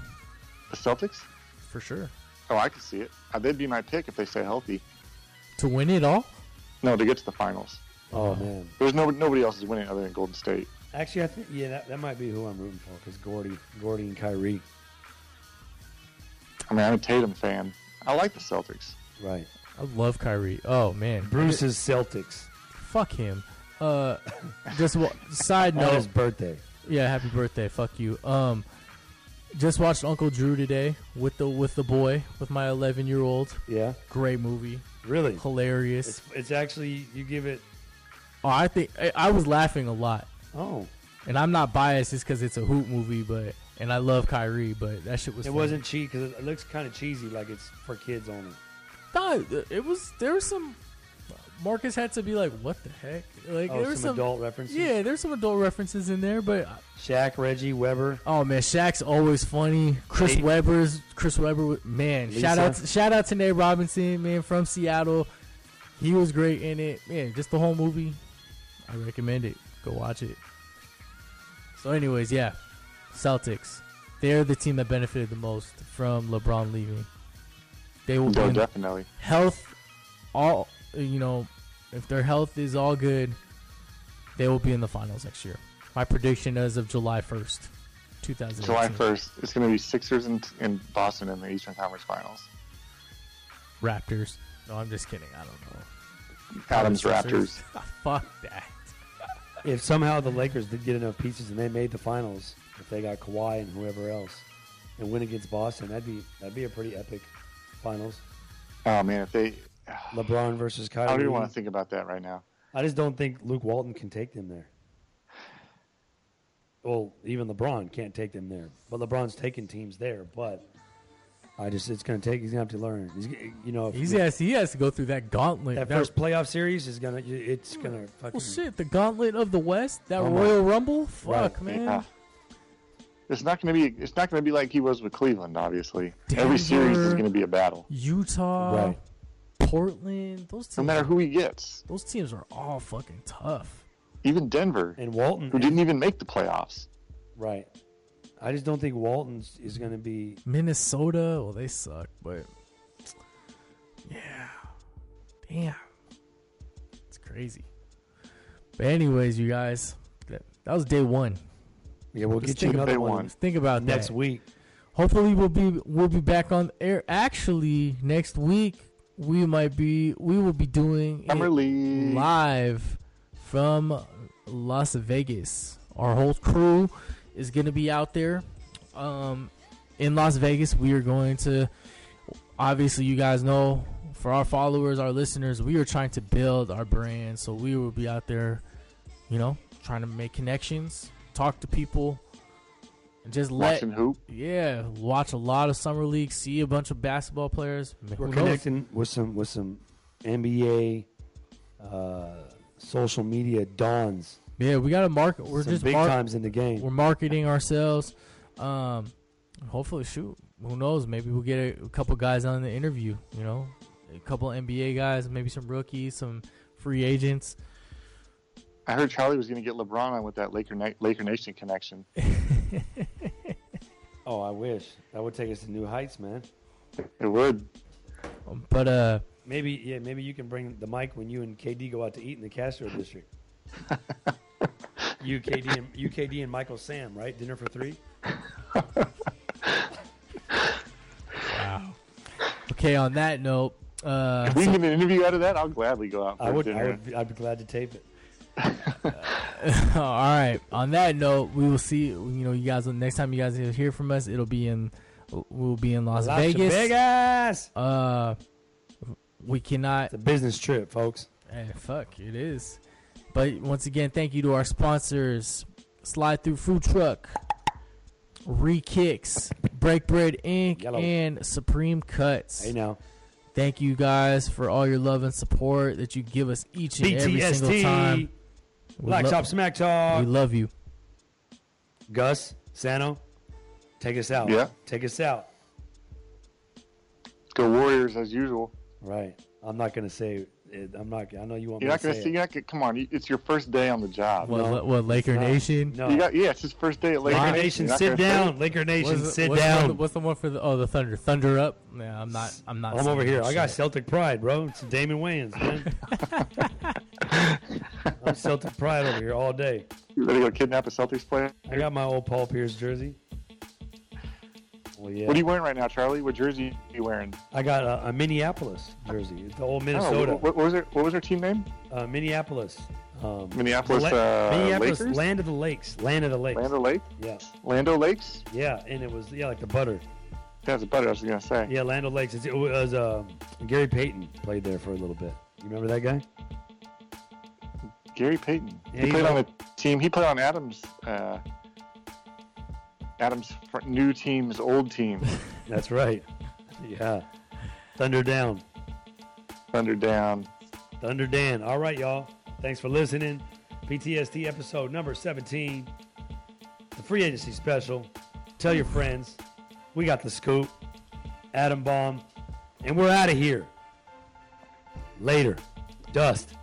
Speaker 3: The Celtics?
Speaker 2: for sure.
Speaker 3: Oh, I could see it. Uh, they'd be my pick if they stay healthy.
Speaker 2: To win it all?
Speaker 3: No, to get to the finals.
Speaker 1: Oh man,
Speaker 3: There's no nobody else is winning other than Golden State.
Speaker 1: actually, I think yeah, that, that might be who I'm rooting for because Gordy, Gordy and Kyrie,
Speaker 3: I mean, I'm a Tatum fan. I like the Celtics.
Speaker 1: right?
Speaker 2: I love Kyrie. Oh, man.
Speaker 1: Bruce's Celtics
Speaker 2: Fuck him. Uh, just wa- side
Speaker 1: on
Speaker 2: note.
Speaker 1: his birthday.
Speaker 2: Yeah, happy birthday. Fuck you. Um, just watched Uncle Drew today with the with the boy with my 11 year old.
Speaker 1: Yeah,
Speaker 2: Great movie,
Speaker 1: really. It's
Speaker 2: hilarious.
Speaker 1: it's actually you give it.
Speaker 2: Oh, I think I, I was laughing a lot,
Speaker 1: Oh,
Speaker 2: and I'm not biased just because it's a hoop movie, but and I love Kyrie, but that shit was.
Speaker 1: it
Speaker 2: funny.
Speaker 1: wasn't cheap because it looks kind of cheesy, like it's for kids only.
Speaker 2: No, it was. There was some. Marcus had to be like, "What the heck?" Like
Speaker 1: Oh,
Speaker 2: there
Speaker 1: some,
Speaker 2: was some.
Speaker 1: adult references.
Speaker 2: yeah, there's some adult references in there, but
Speaker 1: Shaq, Reggie, Weber.
Speaker 2: Oh man, Shaq's always funny. Chris
Speaker 1: Nate.
Speaker 2: Webber's Chris Webber, was- man.
Speaker 1: Lisa.
Speaker 2: Shout out, shout out to Nate Robinson, man, from Seattle. He was great in it, man. Just the whole movie, I recommend it. Go watch it. So, anyways, yeah, Celtics. They're the team that benefited the most from LeBron leaving. They will be
Speaker 3: No,
Speaker 2: in
Speaker 3: definitely.
Speaker 2: health. All you know, if their health is all good, they will be in the finals next year. My prediction is of July first, two thousand.
Speaker 3: July 1st, it's going to be Sixers in, in Boston in the Eastern Conference Finals.
Speaker 2: Raptors. No, I'm just kidding. I don't know.
Speaker 3: Adams
Speaker 2: Sixers.
Speaker 3: Raptors.
Speaker 2: Fuck that.
Speaker 1: If somehow the Lakers did get enough pieces and they made the finals, if they got Kawhi and whoever else, and win against Boston, that'd be that'd be a pretty epic finals.
Speaker 3: Oh, man, if they.
Speaker 1: LeBron versus Kyrie.
Speaker 3: How do you want to think about that right now?
Speaker 1: I just don't think Luke Walton can take them there. Well, even LeBron can't take them there. But LeBron's taking teams there. But I just, it's going to take. He's going to have to learn. He's, g- you know, if
Speaker 2: He's has, he has to go through that gauntlet.
Speaker 1: that first playoff series is going to. It's going to fucking.
Speaker 2: well, shit, the gauntlet of the West, that
Speaker 1: Oh my-
Speaker 2: Royal Rumble. Fuck,
Speaker 1: Right.
Speaker 2: man.
Speaker 3: Yeah. It's not going to be. It's not going to be like he was with Cleveland. Obviously,
Speaker 2: Denver.
Speaker 3: every series is going to be a battle,
Speaker 2: Utah,
Speaker 1: Right.
Speaker 2: Portland. Those
Speaker 3: no
Speaker 2: teams,
Speaker 3: matter who he gets.
Speaker 2: those teams are all fucking tough.
Speaker 3: Even Denver,
Speaker 1: And Walton,
Speaker 3: who didn't even make the playoffs.
Speaker 1: right? I just don't think Walton is going to be.
Speaker 2: Minnesota, well, they suck, but yeah, damn, it's crazy. But anyways, you guys, that, that was day one.
Speaker 1: Yeah, we'll
Speaker 2: Let's
Speaker 1: get you
Speaker 2: think
Speaker 1: another
Speaker 3: about
Speaker 1: one
Speaker 3: one.
Speaker 2: Let's think about that.
Speaker 1: next week.
Speaker 2: Hopefully, we'll be we'll be back on air. Actually, next week we might be we will be doing it
Speaker 3: Summer league.
Speaker 2: live from Las Vegas. Our whole crew is gonna be out there. Um, in Las Vegas, we are going to. Obviously, you guys know for our followers, our listeners, we are trying to build our brand. So we will be out there, you know, trying to make connections, talk to people, and just let
Speaker 3: Watching hoop.
Speaker 2: yeah, watch a lot of summer league, see a bunch of basketball players. Who
Speaker 1: We're
Speaker 2: knows?
Speaker 1: connecting with some with some NBA uh, social media dons.
Speaker 2: Yeah, we got to market. We're
Speaker 1: some
Speaker 2: just
Speaker 1: big
Speaker 2: mar-
Speaker 1: times in the game.
Speaker 2: we're marketing ourselves. Um, hopefully, shoot, who knows? Maybe we'll get a, a couple guys on the interview. You know, a couple NBA guys, maybe some rookies, some free agents.
Speaker 3: I heard Charlie was going to get LeBron on with that Laker Na- Laker Nation connection.
Speaker 1: Oh, I wish that would take us to new heights, man.
Speaker 3: It would.
Speaker 2: But uh,
Speaker 1: Maybe yeah, maybe you can bring the mic when you and KD go out to eat in the Castro
Speaker 2: *laughs*
Speaker 1: district. you KD and you KD and Michael Sam, right? Dinner for three.
Speaker 2: Wow. Okay, on that note, uh,
Speaker 3: If we can get an interview out of that, I'll gladly go out for
Speaker 1: I would, I
Speaker 3: dinner.
Speaker 1: would, I'd be glad to tape it.
Speaker 2: *laughs* all right. On that note, we will see. You know, you guys. Next time you guys hear from us, it'll be in. We'll be in Las,
Speaker 1: Las
Speaker 2: Vegas.
Speaker 1: Vegas.
Speaker 2: Uh, we cannot.
Speaker 1: It's a business trip, folks.
Speaker 2: eh, fuck, it is. But once again, thank you to our sponsors: Slide Through Food Truck, Rekicks, Break Bread Inc.,
Speaker 1: Yellow.
Speaker 2: and Supreme Cuts.
Speaker 1: Hey now,
Speaker 2: Thank you guys for all your love and support that you give us each and every single
Speaker 1: BTST,
Speaker 2: time. We,
Speaker 1: Black
Speaker 2: lo-
Speaker 1: Top Smack
Speaker 2: we
Speaker 1: Talk.
Speaker 2: love you.
Speaker 1: Gus Sano, take us out.
Speaker 3: Yeah.
Speaker 1: take us out.
Speaker 3: Go Warriors as usual.
Speaker 1: Right. I'm not gonna say. It. I'm not. I know you want
Speaker 3: You're
Speaker 1: me
Speaker 3: not
Speaker 1: to
Speaker 3: going
Speaker 1: say
Speaker 3: to see. You're not gonna, come on. you- It's your first day on the job.
Speaker 2: What,
Speaker 1: No.
Speaker 2: what, what Laker
Speaker 1: it.
Speaker 2: Nation?
Speaker 1: No.
Speaker 3: You got yeah. It's his first day at Laker
Speaker 1: Laker
Speaker 3: Nation.
Speaker 1: Nation,
Speaker 3: You're not
Speaker 1: sit
Speaker 3: gonna say-
Speaker 1: down. Laker Nation,
Speaker 2: What's the-
Speaker 1: sit
Speaker 2: what's the one-
Speaker 1: down.
Speaker 2: what's the one for the oh the Thunder? Thunder up? Yeah, I'm not. I'm not.
Speaker 1: I'm
Speaker 2: saying
Speaker 1: over here.
Speaker 2: that
Speaker 1: I got
Speaker 2: shit.
Speaker 1: Celtic pride, bro. It's Damon Wayans,
Speaker 3: *laughs*
Speaker 1: man. I'm Celtic pride over here all day.
Speaker 3: You ready to go kidnap a Celtics player?
Speaker 1: I got my old Paul Pierce jersey. Well, yeah.
Speaker 3: What are you wearing right now, Charlie? What jersey are you wearing?
Speaker 1: I got a, a Minneapolis jersey. It's the old Minnesota.
Speaker 3: Oh, what, what was her? What was her team name?
Speaker 1: uh, Minneapolis. Um,
Speaker 3: Minneapolis,
Speaker 1: the
Speaker 3: uh,
Speaker 1: Minneapolis,
Speaker 3: Lakers?
Speaker 1: land of the lakes. Land of the lakes.
Speaker 3: Lando Lake.
Speaker 1: yeah.
Speaker 3: Lando Lakes.
Speaker 1: Yeah. And it was, yeah, like the butter.
Speaker 3: That's better. I was gonna say.
Speaker 1: Yeah, Land of the Lakes. It's, it was uh, Gary Payton played there for a little bit. You remember that guy?
Speaker 3: Gary Payton.
Speaker 1: Yeah,
Speaker 3: he
Speaker 1: he's
Speaker 3: played on
Speaker 1: old.
Speaker 3: a team. He played on Adams. Uh, Adams' fr- new team's old team. *laughs*
Speaker 1: That's right. *laughs* Yeah. Thunder down.
Speaker 3: Thunder down.
Speaker 1: Thunder Dan. All right, y'all. Thanks for listening. PTSD episode number 17, the free agency special. Tell your friends. We got the scoop, Adam Bomb, and we're out of here. Later. Dust.